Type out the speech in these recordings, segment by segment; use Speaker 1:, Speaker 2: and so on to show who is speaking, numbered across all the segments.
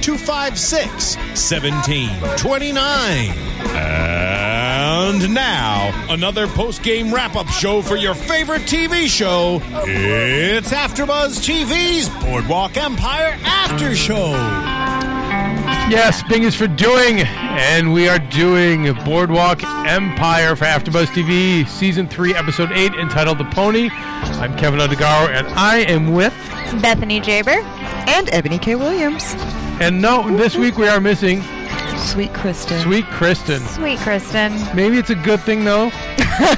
Speaker 1: 256 1729. And now, another post game wrap up show for your favorite TV show. It's AfterBuzz TV's Boardwalk Empire After Show.
Speaker 2: Yes, Bing is for doing, and we are doing Boardwalk Empire for AfterBuzz TV, Season 3, Episode 8, entitled The Pony. I'm Kevin Undergaro, and I am with...
Speaker 3: Bethany Jaber.
Speaker 4: and Ebony K. Williams.
Speaker 2: And no, this week we are missing
Speaker 4: Sweet Kristen.
Speaker 2: Sweet Kristen.
Speaker 3: Sweet Kristen.
Speaker 2: Maybe it's a good thing, though.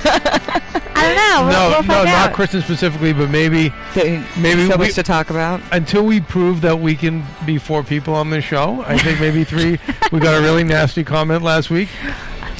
Speaker 3: I don't know. We'll,
Speaker 2: no,
Speaker 3: we'll
Speaker 2: no,
Speaker 3: find
Speaker 2: not
Speaker 3: out.
Speaker 2: Kristen specifically, but maybe
Speaker 4: They-
Speaker 2: Maybe
Speaker 4: so
Speaker 2: we-
Speaker 4: much to talk about.
Speaker 2: until we prove that we can be four people on this show, I think maybe three. we got a really nasty comment last week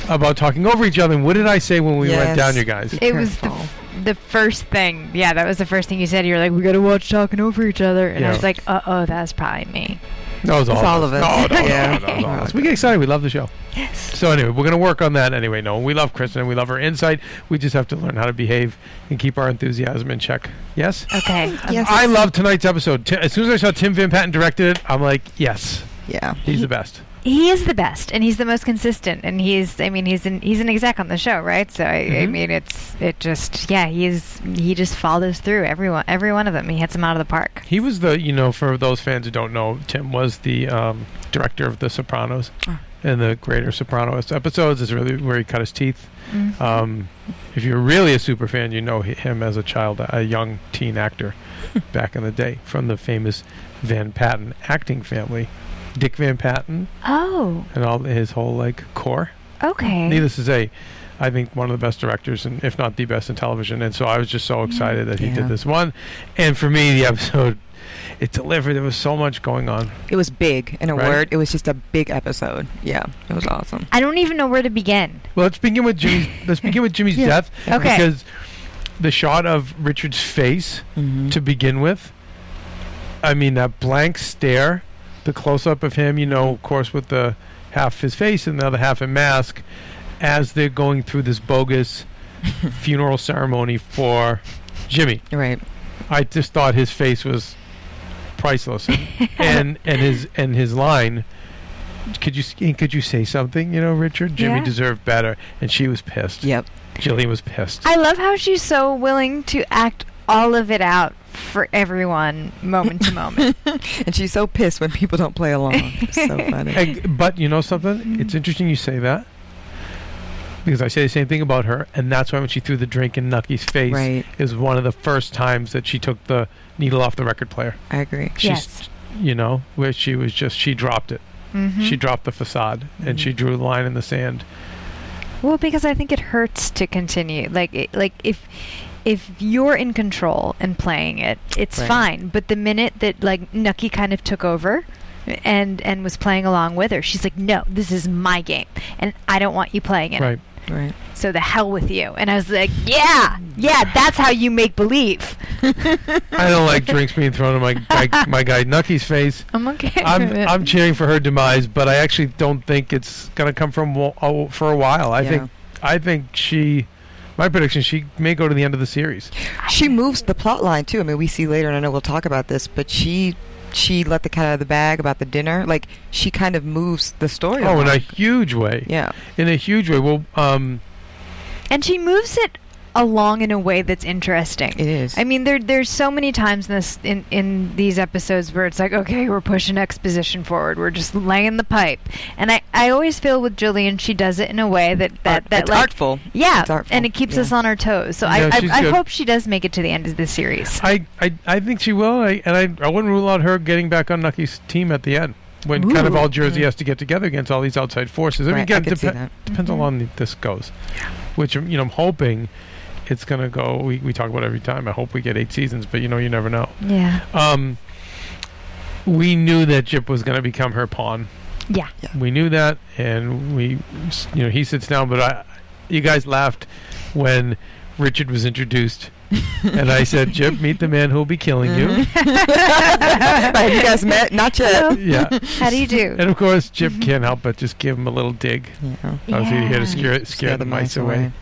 Speaker 2: about talking over each other. And what did I say when we went
Speaker 4: Yes.
Speaker 2: down, you guys?
Speaker 3: It was the,
Speaker 4: Careful.
Speaker 3: the first thing. Yeah, that was the first thing you said. You were like, we got to watch talking over each other. And
Speaker 2: Yeah.
Speaker 3: I was like, uh oh, that's probably me.
Speaker 2: No, it was all,
Speaker 4: It's all of us.
Speaker 2: No, no, no,
Speaker 4: Yeah.
Speaker 2: no, no, no, no. We get excited. We love the show.
Speaker 3: Yes.
Speaker 2: So anyway, we're going to work on that anyway. No, we love Kristen and we love her insight. We just have to learn how to behave and keep our enthusiasm in check. Yes?
Speaker 3: Okay. Um,
Speaker 4: Yes.
Speaker 2: I love tonight's episode. Ti- As soon as I saw Tim Van Patten directed it, I'm like, yes,
Speaker 4: Yeah.
Speaker 2: he's the best.
Speaker 3: He is the best, and he's the most consistent, and he's. I mean, he's an he's an exec on the show, right? So I, I
Speaker 2: Mhm.
Speaker 3: mean, it's it just yeah, he is. He just follows through everyone, every one of them. He hits them out of the park.
Speaker 2: He was the, you know, for those fans who don't know, Tim was the um, director of The Sopranos and the Greater Sopranos episodes. Is really where he cut his teeth. Um, if you're really a super fan, you know hi- him as a child, a young teen actor back in the day from the famous Van Patten acting family. Dick Van Patten
Speaker 3: Oh,
Speaker 2: and all his whole like core.
Speaker 4: Mm-hmm.
Speaker 3: okay.
Speaker 2: Needless to say, I think one of the best directors, and if not the best in television. And so I was just so excited that he
Speaker 4: Mm-hmm. Yeah.
Speaker 2: did this one. And for me, the episode it delivered. There was so much going on.
Speaker 4: It was big, in a
Speaker 2: Right?
Speaker 4: word. It was just a big episode. Yeah. It was awesome.
Speaker 3: I don't even know where to begin.
Speaker 2: Well, let's begin with Jimmy's. let's begin with Jimmy's
Speaker 4: Yeah.
Speaker 2: death
Speaker 3: Okay.
Speaker 2: because the shot of Richard's face
Speaker 5: Mm-hmm.
Speaker 2: to begin with. I mean that blank stare, the close up of him. You know, of course, with the half his face and the other half a mask, as they're going through this bogus funeral ceremony for Jimmy.
Speaker 4: Right.
Speaker 2: I just thought his face was priceless, and and his and his line. Could you s- could you say something? You know, Richard, Jimmy
Speaker 3: Yeah.
Speaker 2: deserved better, and she was pissed.
Speaker 4: Yep.
Speaker 2: Jillian was pissed.
Speaker 3: I love how she's so willing to act all of it out for everyone, moment to moment.
Speaker 4: And she's so pissed when people don't play along. It's so funny.
Speaker 2: And- but you know
Speaker 3: Mm.
Speaker 2: something? It's interesting you say that because I say the same thing about her, and that's why when she threw the drink in Nucky's face,
Speaker 4: Right.
Speaker 2: it was one of the first times that she took the needle off the record player.
Speaker 4: I agree.
Speaker 2: She's,
Speaker 3: Yes.
Speaker 2: You know, where she was just she dropped it.
Speaker 3: Mm-hmm.
Speaker 2: She dropped the facade and she drew a line in the sand.
Speaker 3: Well, because I think it hurts to continue. Like, it, like if if you're in control and playing it, it's
Speaker 4: Right.
Speaker 3: fine. But the minute that like Nucky kind of took over and and was playing along with her, she's like, "No, this is my game, and I don't want you playing it.
Speaker 2: Right.
Speaker 4: Right.
Speaker 3: So the hell with you." And I was like, "Yeah, yeah, that's how you make believe."
Speaker 2: I don't like drinks being thrown in my guy, my guy Nucky's face.
Speaker 3: I'm okay.
Speaker 2: I'm
Speaker 3: with it.
Speaker 2: I'm cheering for her demise, but I actually don't think it's gonna come from wa- oh, for a while. I think I think she, my prediction, she may go to the end of the series.
Speaker 4: She moves the plot line too. I mean, we see later, and I know we'll talk about this, but she she let the cat out of the bag about the dinner. Like she kind of moves the story.
Speaker 2: Oh, in
Speaker 4: along.
Speaker 2: a huge way.
Speaker 4: yeah.
Speaker 2: In a huge way. Well, um,
Speaker 3: And she moves it
Speaker 5: along in a way that's interesting.
Speaker 4: It is.
Speaker 5: I mean, there there's so many times in this in in these episodes where it's like, okay, we're pushing exposition forward. We're just laying the pipe, and I I always feel with Jillian, she does it in a way that that
Speaker 4: Art-
Speaker 5: that
Speaker 4: it's
Speaker 5: like,
Speaker 4: artful.
Speaker 5: Yeah,
Speaker 4: It's artful,
Speaker 5: and it keeps
Speaker 4: yeah.
Speaker 5: us on our toes. So
Speaker 2: No,
Speaker 5: I
Speaker 2: she's
Speaker 5: I, I
Speaker 2: good.
Speaker 5: hope she does make it to the end of the series.
Speaker 2: I, I, I think she will, I, and I, I wouldn't rule out her getting back on Nucky's team at the end when kind of
Speaker 5: Ooh.
Speaker 2: all Jersey has to get together against all these outside forces. I mean,
Speaker 4: Mm. Right, I
Speaker 2: again,
Speaker 4: could see
Speaker 2: depe-
Speaker 4: that.
Speaker 2: depends how long this goes, which um, you know I'm hoping it's going to go. We, we talk about it every time. I hope we get eight seasons, but you know you never know.
Speaker 5: Yeah,
Speaker 2: Um, we knew that Jip was going to become her pawn.
Speaker 5: yeah,
Speaker 2: We knew that, and we, you know, he sits down. But I, you guys laughed when Richard was introduced, and I said, "Jip, meet the man who'll be killing you."
Speaker 4: Have you guys met? Not yet.
Speaker 2: Yeah,
Speaker 5: How do you do?
Speaker 2: and of course, Jip can't help but just give him a little dig.
Speaker 4: Yeah. Mm.
Speaker 2: Obviously, he had to
Speaker 5: Yeah.
Speaker 2: scare, scare the mice away.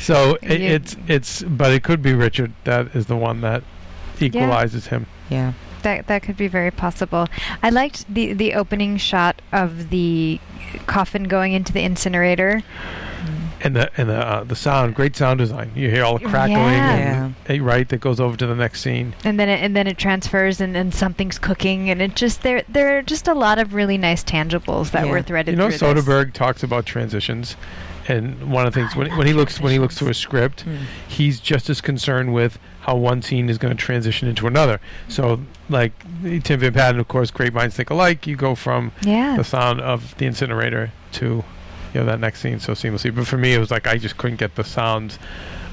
Speaker 2: So
Speaker 5: Yeah.
Speaker 2: it, it's it's, but it could be Richard that is the one that equalizes him.
Speaker 4: Yeah.
Speaker 5: That that could be very possible. I liked the the opening shot of the coffin going into the incinerator.
Speaker 2: and the and the uh, the sound, great sound design. You hear all the crackling,
Speaker 5: Yeah.
Speaker 2: and, eh, right? That goes over to the next scene.
Speaker 5: and then it, and then it transfers and then something's cooking and it just there there are just a lot of really nice tangibles that
Speaker 4: Yeah.
Speaker 5: were threaded
Speaker 2: you know,
Speaker 5: through this.
Speaker 2: Soderbergh talks about transitions, and one of the things when when he looks when he looks through a script, he's just as concerned with how one scene is going to transition into another. So, like eh, Tim Van Patten, of course, great minds think alike. You go from
Speaker 5: yeah
Speaker 2: the sound of the incinerator to you know that next scene so seamlessly. But for me, it was like I just couldn't get the sounds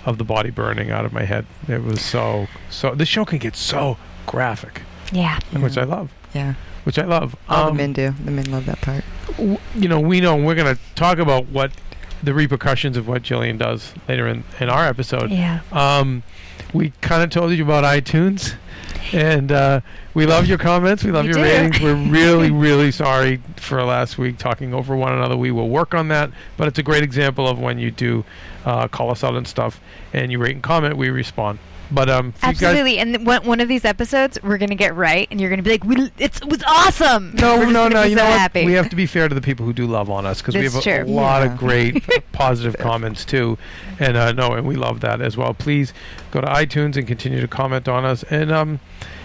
Speaker 2: of the body burning out of my head. It was so so. The show can get so graphic,
Speaker 5: yeah
Speaker 2: which I love.
Speaker 4: Yeah.
Speaker 2: Which I love.
Speaker 4: All
Speaker 2: Um,
Speaker 4: the men do. The men love that part.
Speaker 2: w- you know, we know and we're going to talk about what the repercussions of what Jillian does later in, in our episode.
Speaker 5: yeah
Speaker 2: Um, we kind of told you about iTunes, and uh, we love your comments. We love
Speaker 5: We
Speaker 2: your
Speaker 5: do.
Speaker 2: ratings. We're really, really sorry for last week talking over one another. We will work on that, but it's a great example of when you do uh, call us out and stuff, and you rate and comment, we respond. But um, if
Speaker 5: absolutely and one, one of these episodes we're gonna get right and you're gonna be like we, it's, it was awesome
Speaker 2: You guys,
Speaker 5: We're
Speaker 2: no,
Speaker 5: just gonna
Speaker 2: no, no.
Speaker 5: be
Speaker 2: You
Speaker 5: so
Speaker 2: know what?
Speaker 5: happy.
Speaker 2: We have to be fair to the people who do love on us because we have
Speaker 5: That's
Speaker 2: a
Speaker 5: true.
Speaker 2: lot
Speaker 4: Yeah.
Speaker 2: of great positive comments too, and uh, no, and we love that as well. Please go to iTunes and continue to comment on us. And um,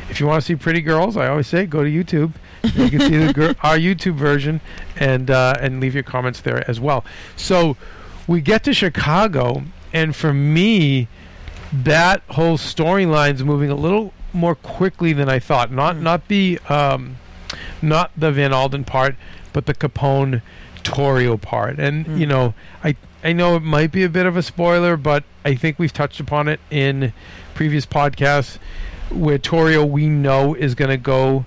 Speaker 2: if you want to see pretty girls, I always say go to YouTube. You can see the gir- our YouTube version and uh, and leave your comments there as well. So we get to Chicago, and for me, that whole storyline's moving a little more quickly than I thought. Not not the um, not the Van Alden part, but the Capone Torrio part. And you know, I I know it might be a bit of a spoiler, but I think we've touched upon it in previous podcasts where Torrio we know is going to go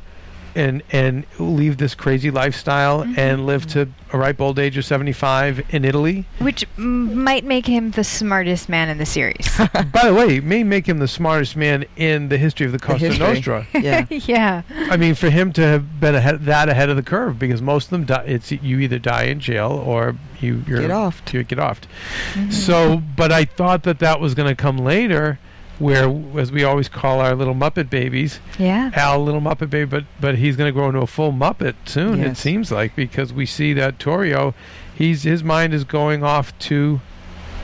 Speaker 2: and and leave this crazy lifestyle and live to a ripe old age of 75 in Italy.
Speaker 5: which m- might make him the smartest man in the series
Speaker 2: By the way, it may make him the smartest man in the history of the Costa
Speaker 4: history.
Speaker 2: Nostra.
Speaker 4: Yeah.
Speaker 5: yeah
Speaker 2: I mean, for him to have been ahead, that ahead of the curve, because most of them, die, it's you either die in jail or you you're,
Speaker 4: Get Mm-hmm. offed.
Speaker 2: You get offed. So, but I thought that that was going to come later, where, as we always call our little Muppet babies,
Speaker 5: yeah
Speaker 2: Al, little Muppet baby, but but he's going to grow into a full Muppet soon. It
Speaker 4: Yes.
Speaker 2: seems like because we see that Torrio, he's his mind is going off to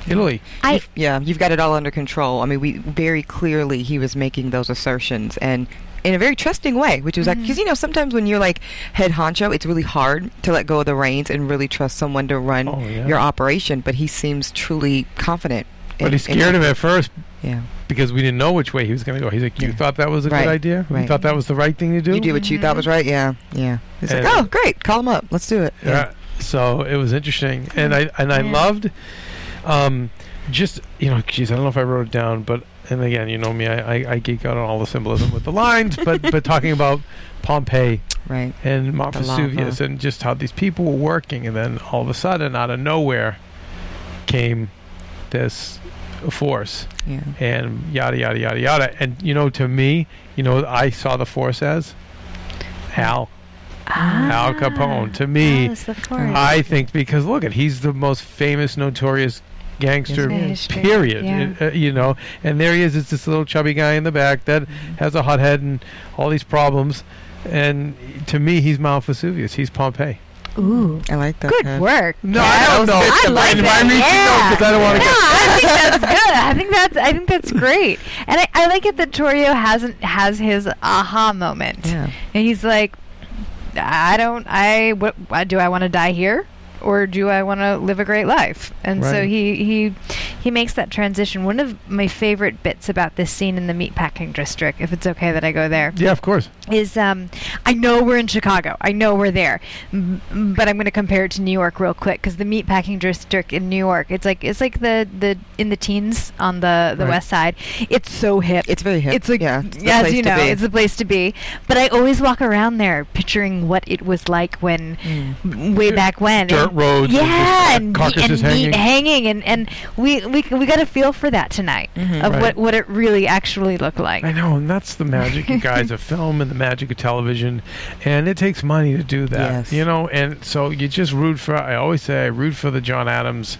Speaker 2: Italy.
Speaker 5: I
Speaker 4: Yeah, you've got it all under control. I mean, we very clearly he was making those assertions and in a very trusting way, which was like because you know sometimes when you're like head honcho, it's really hard to let go of the reins and really trust someone to run
Speaker 2: Oh, yeah.
Speaker 4: your operation. But he seems truly confident.
Speaker 2: But
Speaker 4: in-
Speaker 2: he scared
Speaker 4: in,
Speaker 2: him at first
Speaker 4: Yeah,
Speaker 2: because we didn't know which way he was going to go. He's like, "You
Speaker 4: Yeah.
Speaker 2: thought that was a
Speaker 4: Right,
Speaker 2: good idea? You
Speaker 4: right.
Speaker 2: thought that was the right thing to do?
Speaker 4: you did what you thought was
Speaker 3: Mm-hmm.
Speaker 4: right. Yeah, yeah. He's like,
Speaker 2: And-
Speaker 4: oh, great, call him up. Let's do it.
Speaker 2: Yeah. So it was interesting, and I and I
Speaker 5: Yeah.
Speaker 2: loved, um, just you know, geez, I don't know if I wrote it down, but and again, you know me, I, I, I geek out on all the symbolism with the lines, but but talking about Pompeii
Speaker 4: right.
Speaker 2: and Mount
Speaker 4: The
Speaker 2: Vesuvius and just how these people were working, and then all of a sudden, out of nowhere, came this force
Speaker 4: Yeah,
Speaker 2: and yada yada yada yada. And you know, to me, you know, I saw the force as Al
Speaker 3: Ah.
Speaker 2: Al Capone. To me,
Speaker 5: That was Ah. the forest.
Speaker 2: I think because look at he's the most famous, notorious gangster.
Speaker 5: Fish,
Speaker 4: Yes,
Speaker 5: fish,
Speaker 2: Period.
Speaker 5: yeah.
Speaker 2: Uh, you know, and there he is. It's this little chubby guy in the back that has a hot head and all these problems. And to me, he's Mount Vesuvius. He's Pompeii.
Speaker 3: Ooh.
Speaker 4: I like that.
Speaker 3: Good
Speaker 4: Kev.
Speaker 3: work.
Speaker 2: No, I don't know.
Speaker 3: I like
Speaker 2: Why
Speaker 3: that.
Speaker 2: me?
Speaker 3: Yeah.
Speaker 2: No, 'cause I don't want to
Speaker 3: No,
Speaker 2: get.
Speaker 3: I think that's good. I think that's I think that's great, and I, I like it that Torio hasn't has his aha moment.
Speaker 4: Yeah.
Speaker 3: and he's like, I don't, I what why- do I want to die here, or do I want to live a great life? And so
Speaker 2: Right.
Speaker 3: he he he makes that transition. One of my favorite bits about this scene in the meatpacking district, if it's okay that I go there,
Speaker 2: Yeah, of course.
Speaker 3: is um, I know we're in Chicago. I know we're there, m- but I'm going to compare it to New York real quick because the meatpacking district in New York, it's like it's like the, the in the teens on the, the
Speaker 2: Right.
Speaker 3: West Side. It's so hip.
Speaker 4: It's very hip.
Speaker 3: It's like yeah,
Speaker 4: Yeah, it's the
Speaker 3: as
Speaker 4: place
Speaker 3: you
Speaker 4: to
Speaker 3: know,
Speaker 4: be.
Speaker 3: it's the place to be. But I always walk around there, picturing what it was like when
Speaker 4: Mm.
Speaker 3: way back when
Speaker 2: Dirt
Speaker 3: And-
Speaker 2: roads and just,
Speaker 3: Yeah,
Speaker 2: uh,
Speaker 3: and, meat-
Speaker 2: carcasses
Speaker 3: and
Speaker 2: hanging.
Speaker 3: meat hanging, and and we we we got a feel for that tonight
Speaker 4: Mm-hmm.
Speaker 3: of
Speaker 2: Right.
Speaker 3: what what it really actually looked like.
Speaker 2: I know, and that's the magic, you guys, of film and the magic of television, and it takes money to do that,
Speaker 4: Yes.
Speaker 2: you know. And so you just root for. I always say I root for the John Adams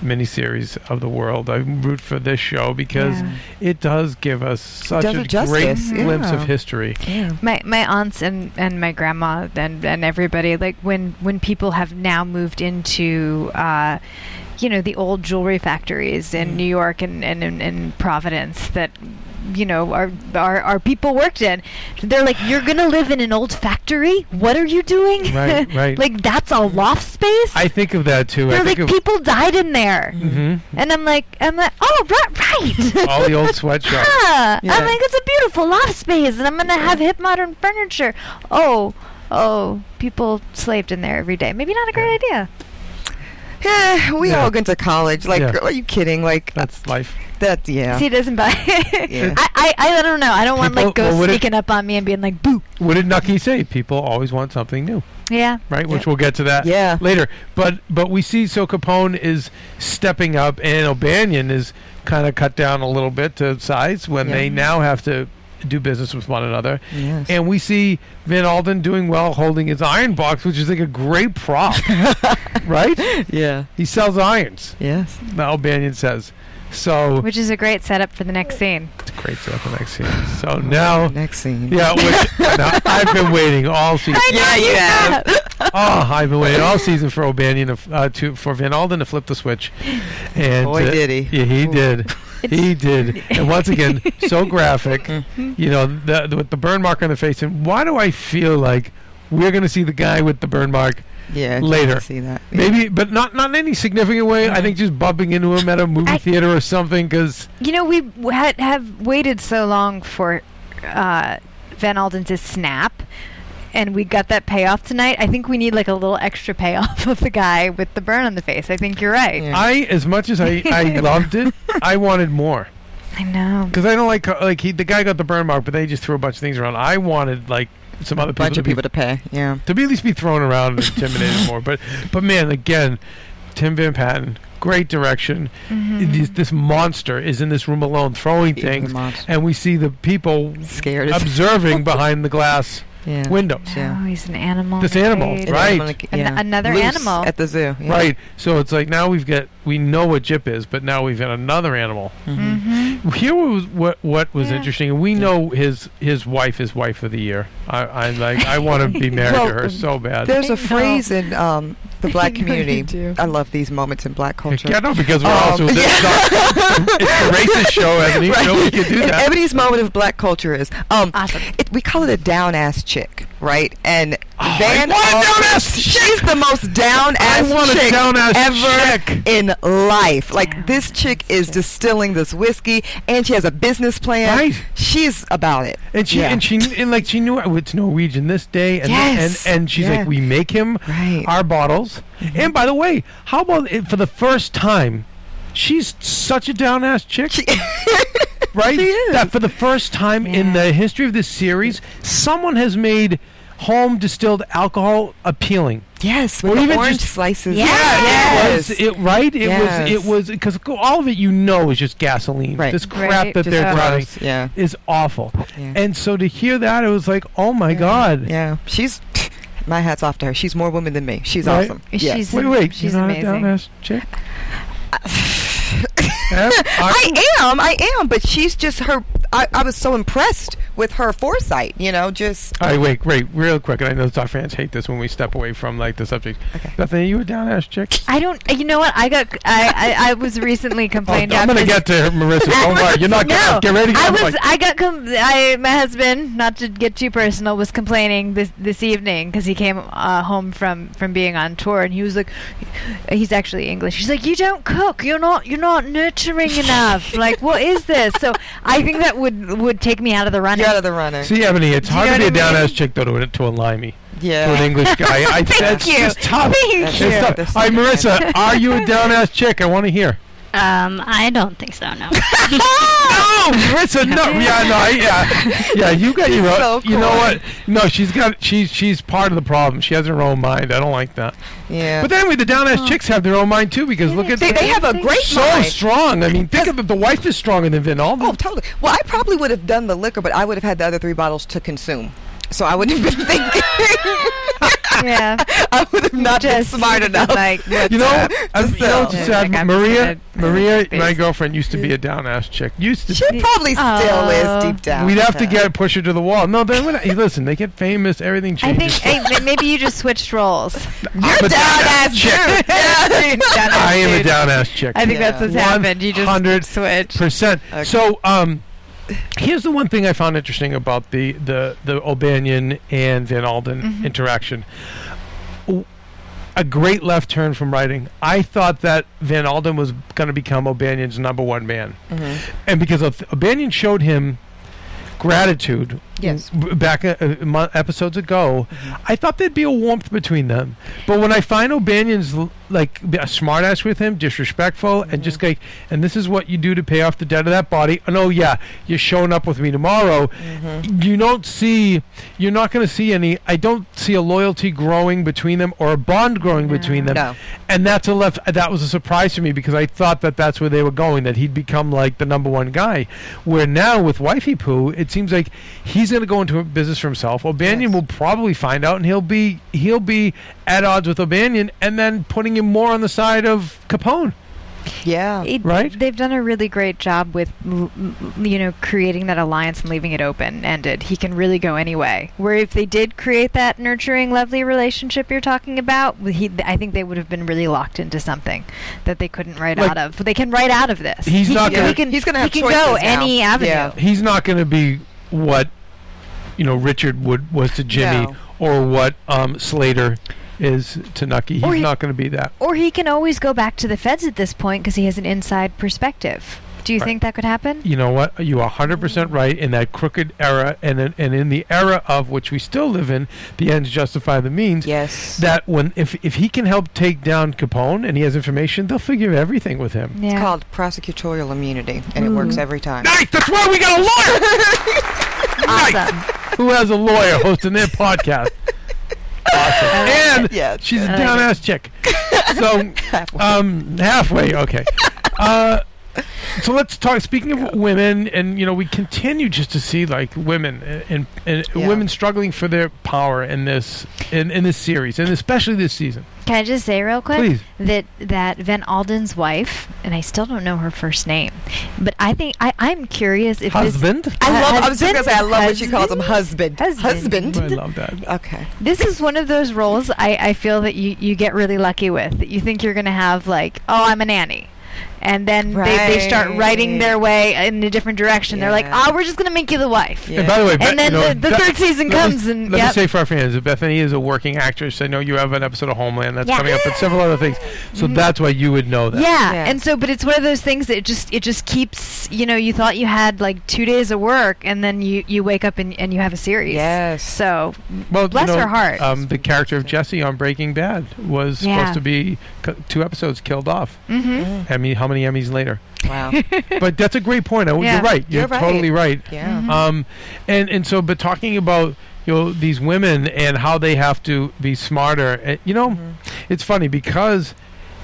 Speaker 2: miniseries of the world. I root for this show because
Speaker 3: Yeah.
Speaker 2: it does give us such
Speaker 4: does
Speaker 2: a
Speaker 4: it justice,
Speaker 2: great glimpse
Speaker 4: yeah.
Speaker 2: of history.
Speaker 4: Yeah.
Speaker 3: My my aunts and, and my grandma and, and everybody like when when people have now moved into uh, you know the old jewelry factories
Speaker 2: Mm.
Speaker 3: in New York and and, and, and Providence that you know our, our our people worked in they're like you're gonna live in an old factory what are you doing
Speaker 2: Right, right.
Speaker 3: like that's a loft space
Speaker 2: I think of that too.
Speaker 3: they're
Speaker 2: I
Speaker 3: like
Speaker 2: think of
Speaker 3: people died in there
Speaker 2: Mhm.
Speaker 3: and I'm like I'm like oh right right
Speaker 2: all the old sweatshops.
Speaker 3: yeah.
Speaker 4: Yeah.
Speaker 3: I'm like, it's a beautiful loft space, and I'm gonna have hip modern furniture. Oh, oh, people slaved in there every day. Maybe not a great idea.
Speaker 4: Eh, we
Speaker 2: Yeah.
Speaker 4: all went to college. Like,
Speaker 2: Yeah.
Speaker 4: girl, are you kidding? Like
Speaker 2: That's life.
Speaker 4: that? Yeah.
Speaker 3: See, it doesn't buy.
Speaker 4: Yeah.
Speaker 3: I, I, I don't know. I don't want
Speaker 2: People-
Speaker 3: like ghosts
Speaker 2: well, what if-
Speaker 3: sneaking up on me and being like, boo.
Speaker 2: What did Nucky say? People always want something new.
Speaker 3: Yeah.
Speaker 2: right? Which we'll get to that
Speaker 4: Yeah.
Speaker 2: later. But but we see so Capone is stepping up, and O'Banion is kind of cut down a little bit to size when
Speaker 4: Yeah.
Speaker 2: they now have to do business with one another.
Speaker 4: Yes.
Speaker 2: And we see Van Alden doing well, holding his iron box, which is like a great prop, right?
Speaker 4: yeah.
Speaker 2: He sells irons.
Speaker 4: Yes.
Speaker 2: Now O'Banion says. So
Speaker 3: Which is a great setup for the next scene.
Speaker 2: it's great to have the next scene. So now.
Speaker 4: Next scene.
Speaker 2: Yeah, which now, I've been waiting all season.
Speaker 4: Yeah, you have.
Speaker 2: Oh, I've been waiting all season for O'Banion to, f- uh, to for Van Alden to flip the switch, and
Speaker 4: Boy,
Speaker 2: uh,
Speaker 4: did he.
Speaker 2: Yeah, he did. He did, and once again, so graphic. You know, the, the, with the burn mark on the face. And why do I feel like we're going to see the guy with the burn mark?
Speaker 4: Yeah. I
Speaker 2: Later.
Speaker 4: See that? Yeah.
Speaker 2: Maybe, but not not in any significant way. I think just bumping into him at a movie
Speaker 3: I-
Speaker 2: theater or something. Because
Speaker 3: You know, we w- had, have waited so long for uh, Van Alden to snap, and we got that payoff tonight. I think we need like a little extra payoff of the guy with the burn on the face. I think you're right.
Speaker 4: Yeah.
Speaker 2: I, as much as I, I loved it, I wanted more.
Speaker 3: I know.
Speaker 2: Because I don't like co- like he the guy got the burn mark, but they just threw a bunch of things around. I wanted like some other
Speaker 4: a bunch
Speaker 2: people to
Speaker 4: of
Speaker 2: be
Speaker 4: people to pay. Yeah.
Speaker 2: to be at least be thrown around and intimidated more. But but man, again, Tim Van Patten, great direction. This, this monster is in this room alone, throwing
Speaker 4: Even the
Speaker 2: things,
Speaker 4: monster.
Speaker 2: and we see the people
Speaker 4: Scared. as-
Speaker 2: observing behind the glass
Speaker 4: yeah.
Speaker 2: windows.
Speaker 4: Yeah.
Speaker 3: Oh, he's an animal.
Speaker 2: This
Speaker 3: in a
Speaker 2: animal,
Speaker 3: cage.
Speaker 4: An
Speaker 2: right.
Speaker 4: animal, like,
Speaker 3: An-
Speaker 4: yeah.
Speaker 3: another
Speaker 4: Loose
Speaker 3: animal.
Speaker 4: at the zoo. yeah.
Speaker 2: Right, so it's like now we've got we know what Jip is, but now we've got another animal. Here was what what was
Speaker 3: Yeah.
Speaker 2: interesting, and we know his his wife is wife of the year. I, I'm like I want to be married
Speaker 4: Well,
Speaker 2: to her so bad.
Speaker 4: There's
Speaker 3: I
Speaker 4: a phrase in um, the black
Speaker 3: I know you
Speaker 4: community.
Speaker 3: do.
Speaker 4: I love these moments in black culture.
Speaker 2: Yeah, no, because we're
Speaker 4: Um,
Speaker 2: also this is not- it's a racist show, Ebony. No, we can do
Speaker 4: And
Speaker 2: that.
Speaker 4: Ebony's moment of black culture is um,
Speaker 3: Awesome.
Speaker 4: it, we call it a down ass chick, right? And
Speaker 2: Oh, I
Speaker 4: Van,
Speaker 2: want a
Speaker 4: Al-
Speaker 2: down-ass
Speaker 4: she's the most down ass
Speaker 2: want a
Speaker 4: chick
Speaker 2: down-ass
Speaker 4: ever
Speaker 2: chick.
Speaker 4: in life. Like this chick is distilling this whiskey, and she has a business plan.
Speaker 2: Right.
Speaker 4: She's about it.
Speaker 2: And she
Speaker 4: Yeah.
Speaker 2: and she and like she knew it's Norwegian this day, and
Speaker 4: Yes.
Speaker 2: and, and she's
Speaker 4: Yeah.
Speaker 2: like, we make him
Speaker 4: Right. Mm-hmm.
Speaker 2: our bottles. And by the way, how about it, for the first time? She's such a down ass chick, right? That for the first time in the history of this series, someone has made home distilled alcohol appealing.
Speaker 4: yes,
Speaker 2: Or
Speaker 4: with the
Speaker 2: even
Speaker 4: orange
Speaker 2: just-
Speaker 4: slices.
Speaker 3: Yeah,
Speaker 2: It was
Speaker 4: yes.
Speaker 2: it right? It
Speaker 4: Yes.
Speaker 2: was it was because all of it you know is just gasoline.
Speaker 4: Right.
Speaker 2: This crap
Speaker 3: Right.
Speaker 2: that
Speaker 3: Just
Speaker 2: they're
Speaker 3: gross.
Speaker 2: running
Speaker 4: Yeah.
Speaker 2: is awful.
Speaker 4: Yeah.
Speaker 2: And so to hear that, it was like, oh my god.
Speaker 4: Yeah, she's. My hat's off to her. She's more woman than me. She's
Speaker 2: Right.
Speaker 4: awesome.
Speaker 3: She's
Speaker 4: Yeah.
Speaker 2: Wait, wait,
Speaker 3: she's
Speaker 2: you're not
Speaker 3: amazing.
Speaker 2: a down ass chick. Em, are-
Speaker 4: I am, I am, but she's just her. I, I was so impressed with her foresight. You know, just
Speaker 2: All right, wait, wait, real quick. And I know our fans hate this when we step away from like the subject.
Speaker 4: Okay.
Speaker 2: Bethany, you a down ass chick.
Speaker 3: I don't. You know what? I got. I. I, I was recently complained.
Speaker 2: Oh, I'm gonna
Speaker 3: after-
Speaker 2: get to her, Marissa. Don't worry, Oh you're not
Speaker 3: no,
Speaker 2: gonna get ready.
Speaker 3: I
Speaker 2: I'm
Speaker 3: was.
Speaker 2: like,
Speaker 3: I got. Com- I my husband, not to get too personal, was complaining this this evening because he came uh, home from from being on tour, and he was like, he's actually English. He's like, you don't cook. You're not. You're not nurturing enough. like, what is this? So I think that would would take me out of the running.
Speaker 4: you're out of the runner.
Speaker 2: see, Ebony, it's
Speaker 3: You
Speaker 2: hard
Speaker 3: know
Speaker 2: to be a
Speaker 3: what I
Speaker 2: down ass
Speaker 3: mean?
Speaker 2: chick though to, to a limey, to an
Speaker 4: Yeah.
Speaker 2: English guy. I,
Speaker 3: Thank
Speaker 2: that's
Speaker 3: you.
Speaker 2: just tough.
Speaker 3: Thank
Speaker 2: It's
Speaker 3: you.
Speaker 2: tough.
Speaker 4: That's
Speaker 2: All right,
Speaker 4: not bad.
Speaker 2: Marissa, are you a down ass chick? I want to hear.
Speaker 6: Um, I don't think so. No.
Speaker 4: Oh!
Speaker 2: No, Marissa, no, yeah, no, I- yeah, yeah. You got your own.
Speaker 4: so
Speaker 2: You know
Speaker 4: cool.
Speaker 2: what? No, she's got. She's she's part of the problem. She has her own mind. I don't like that.
Speaker 4: Yeah.
Speaker 2: But then with the down ass chicks have their own mind too because look at
Speaker 4: Oh. they, they have a great
Speaker 2: so
Speaker 4: mind.
Speaker 2: strong. I mean, think of it. The wife is stronger than Vin Alden.
Speaker 4: Oh, totally. Well, I probably would have done the liquor, but I would have had the other three bottles to consume. So I wouldn't have been thinking.
Speaker 3: yeah.
Speaker 4: I would have not
Speaker 3: Just
Speaker 4: been smart enough.
Speaker 3: like,
Speaker 2: you know, I'm, you know,
Speaker 4: so-
Speaker 2: it's
Speaker 3: Yeah,
Speaker 2: sad.
Speaker 3: like I'm
Speaker 2: Maria,
Speaker 3: gonna-
Speaker 2: Maria,
Speaker 3: I'm
Speaker 2: my
Speaker 3: based.
Speaker 2: girlfriend used to be a down ass chick. Used to.
Speaker 4: she probably still
Speaker 3: Oh.
Speaker 4: is deep down.
Speaker 2: We'd have to
Speaker 4: Yeah.
Speaker 2: get push her to the wall. No, then when I, hey, listen, they get famous. Everything
Speaker 3: I
Speaker 2: changes.
Speaker 3: think I, maybe you just switched roles.
Speaker 4: You're
Speaker 2: I'm a
Speaker 4: down ass
Speaker 2: chick.
Speaker 4: dude. Yeah, dude.
Speaker 3: Down ass
Speaker 2: I am a
Speaker 3: dude.
Speaker 2: down ass chick.
Speaker 3: I think
Speaker 4: Yeah.
Speaker 3: that's what's happened. You just
Speaker 2: 100
Speaker 3: switched.
Speaker 2: percent.
Speaker 4: Okay.
Speaker 2: So, um, here's the one thing I found interesting about the the the O'Banion and Van Alden
Speaker 4: Mm-hmm.
Speaker 2: interaction. W- A great left turn from writing. I thought that Van Alden was going to become O'Banion's number one man,
Speaker 4: Mm-hmm.
Speaker 2: and because of- O'Banion showed him gratitude
Speaker 4: Yes.
Speaker 2: w- back uh, uh, mo- episodes ago, I thought there'd be a warmth between them. But when I find O'Banion's l- like b- a smart ass with him, disrespectful, and just like, and this is what you do to pay off the debt of that body. And oh yeah, you're showing up with me tomorrow. You don't see, you're not going to see any. I don't see a loyalty growing between them or a bond growing between them.
Speaker 4: No.
Speaker 2: And that's a left. That was a surprise to me because I thought that that's where they were going. That he'd become like the number one guy. Where now with Wifey Poo, it seems like he's going to go into a business for himself. O'Banion
Speaker 4: Yes.
Speaker 2: will probably find out, and he'll be he'll be at odds with O'Banion, and then putting him more on the side of Capone.
Speaker 4: Yeah.
Speaker 3: It-
Speaker 2: Right?
Speaker 3: They've done a really great job with, l- l- you know, creating that alliance and leaving it open ended. He can really go anyway. Where if they did create that nurturing, lovely relationship you're talking about, w- he, I think they would have been really locked into something that they couldn't write
Speaker 2: Like-
Speaker 3: out of. They can write out of this.
Speaker 2: He's
Speaker 3: He-
Speaker 2: not
Speaker 3: he
Speaker 2: gonna-
Speaker 3: can-
Speaker 4: He's gonna
Speaker 3: he
Speaker 4: have
Speaker 3: can
Speaker 4: choices
Speaker 3: go
Speaker 4: now.
Speaker 3: any avenue.
Speaker 4: Yeah.
Speaker 2: He's not going to be what you know Richard would was to Jimmy
Speaker 4: No.
Speaker 2: or what um, Slater is to Nucky. He's
Speaker 3: Or he-
Speaker 2: not going to be that.
Speaker 3: Or he can always go back to the feds at this point because he has an inside perspective. Do you
Speaker 2: Right.
Speaker 3: think that could happen?
Speaker 2: you know what? You are 100% right in that crooked era, and in, and in the era of which we still live in, the ends justify the means.
Speaker 4: Yes.
Speaker 2: That when if if he can help take down Capone and he has information, they'll figure everything with him.
Speaker 4: It's
Speaker 3: Yeah. Mm-hmm.
Speaker 4: called prosecutorial immunity, and it works every time.
Speaker 2: Nice. That's why we got a lawyer.
Speaker 3: awesome.
Speaker 2: Who has a lawyer hosting their podcast? Awesome. And
Speaker 4: Yeah, it's
Speaker 2: she's a
Speaker 4: good.
Speaker 2: down ass chick. So um, halfway. Okay. Uh, so let's talk. Speaking of women, and you know, we continue just to see like women and, and
Speaker 4: Yeah.
Speaker 2: women struggling for their power in this in, in this series, and especially this season.
Speaker 3: Can I just say real quick
Speaker 2: Please.
Speaker 3: that that Van Alden's wife, and I still don't know her first name, but I think I, I'm curious if
Speaker 2: Husband.
Speaker 3: I
Speaker 4: I
Speaker 3: love-
Speaker 4: love. I was just gonna say, I love when she calls him husband.
Speaker 3: Husband.
Speaker 4: Husband.
Speaker 2: I love that.
Speaker 4: Okay.
Speaker 3: this this is one of those roles I, I feel that you, you get really lucky with that you think you're gonna have like oh I'm a nanny. And then they, they start writing their way in a different direction. They're like,
Speaker 4: Yeah.
Speaker 3: oh, we're just going to make you the wife.
Speaker 4: Yeah.
Speaker 2: And by the way,
Speaker 3: And
Speaker 2: Beth-
Speaker 3: then
Speaker 2: you know,
Speaker 3: the- the
Speaker 2: Beth-
Speaker 3: third season
Speaker 2: let me-
Speaker 3: comes and-
Speaker 2: let
Speaker 3: yep.
Speaker 2: me say for our fans, that Bethany is a working actress. I know you have an episode of Homeland that's
Speaker 3: Yeah. Mm-hmm.
Speaker 2: coming up, and several other things. So that's why you would know that.
Speaker 3: Yeah.
Speaker 4: Yeah.
Speaker 3: and so, but it's one of those things that it just it just keeps. You know, you thought you had like two days of work, and then you you wake up and, and you have a series.
Speaker 4: Yes.
Speaker 3: So
Speaker 2: Well, you
Speaker 3: Bless
Speaker 2: know,
Speaker 3: her heart.
Speaker 2: Um, the character of Jesse on Breaking Bad was
Speaker 3: Yeah.
Speaker 2: supposed to be c- two episodes killed off.
Speaker 4: Mm.
Speaker 3: Mhm.
Speaker 2: Emmy, how many Emmys later?
Speaker 4: Wow.
Speaker 2: but that's a great point. I,
Speaker 3: Yeah. Mm-hmm.
Speaker 2: You're right. You're,
Speaker 4: You're right.
Speaker 2: totally right.
Speaker 4: Yeah.
Speaker 2: Um, and and so, but talking about you know these women and how they have to be smarter. eh, You know,
Speaker 4: Mm-hmm.
Speaker 2: it's funny because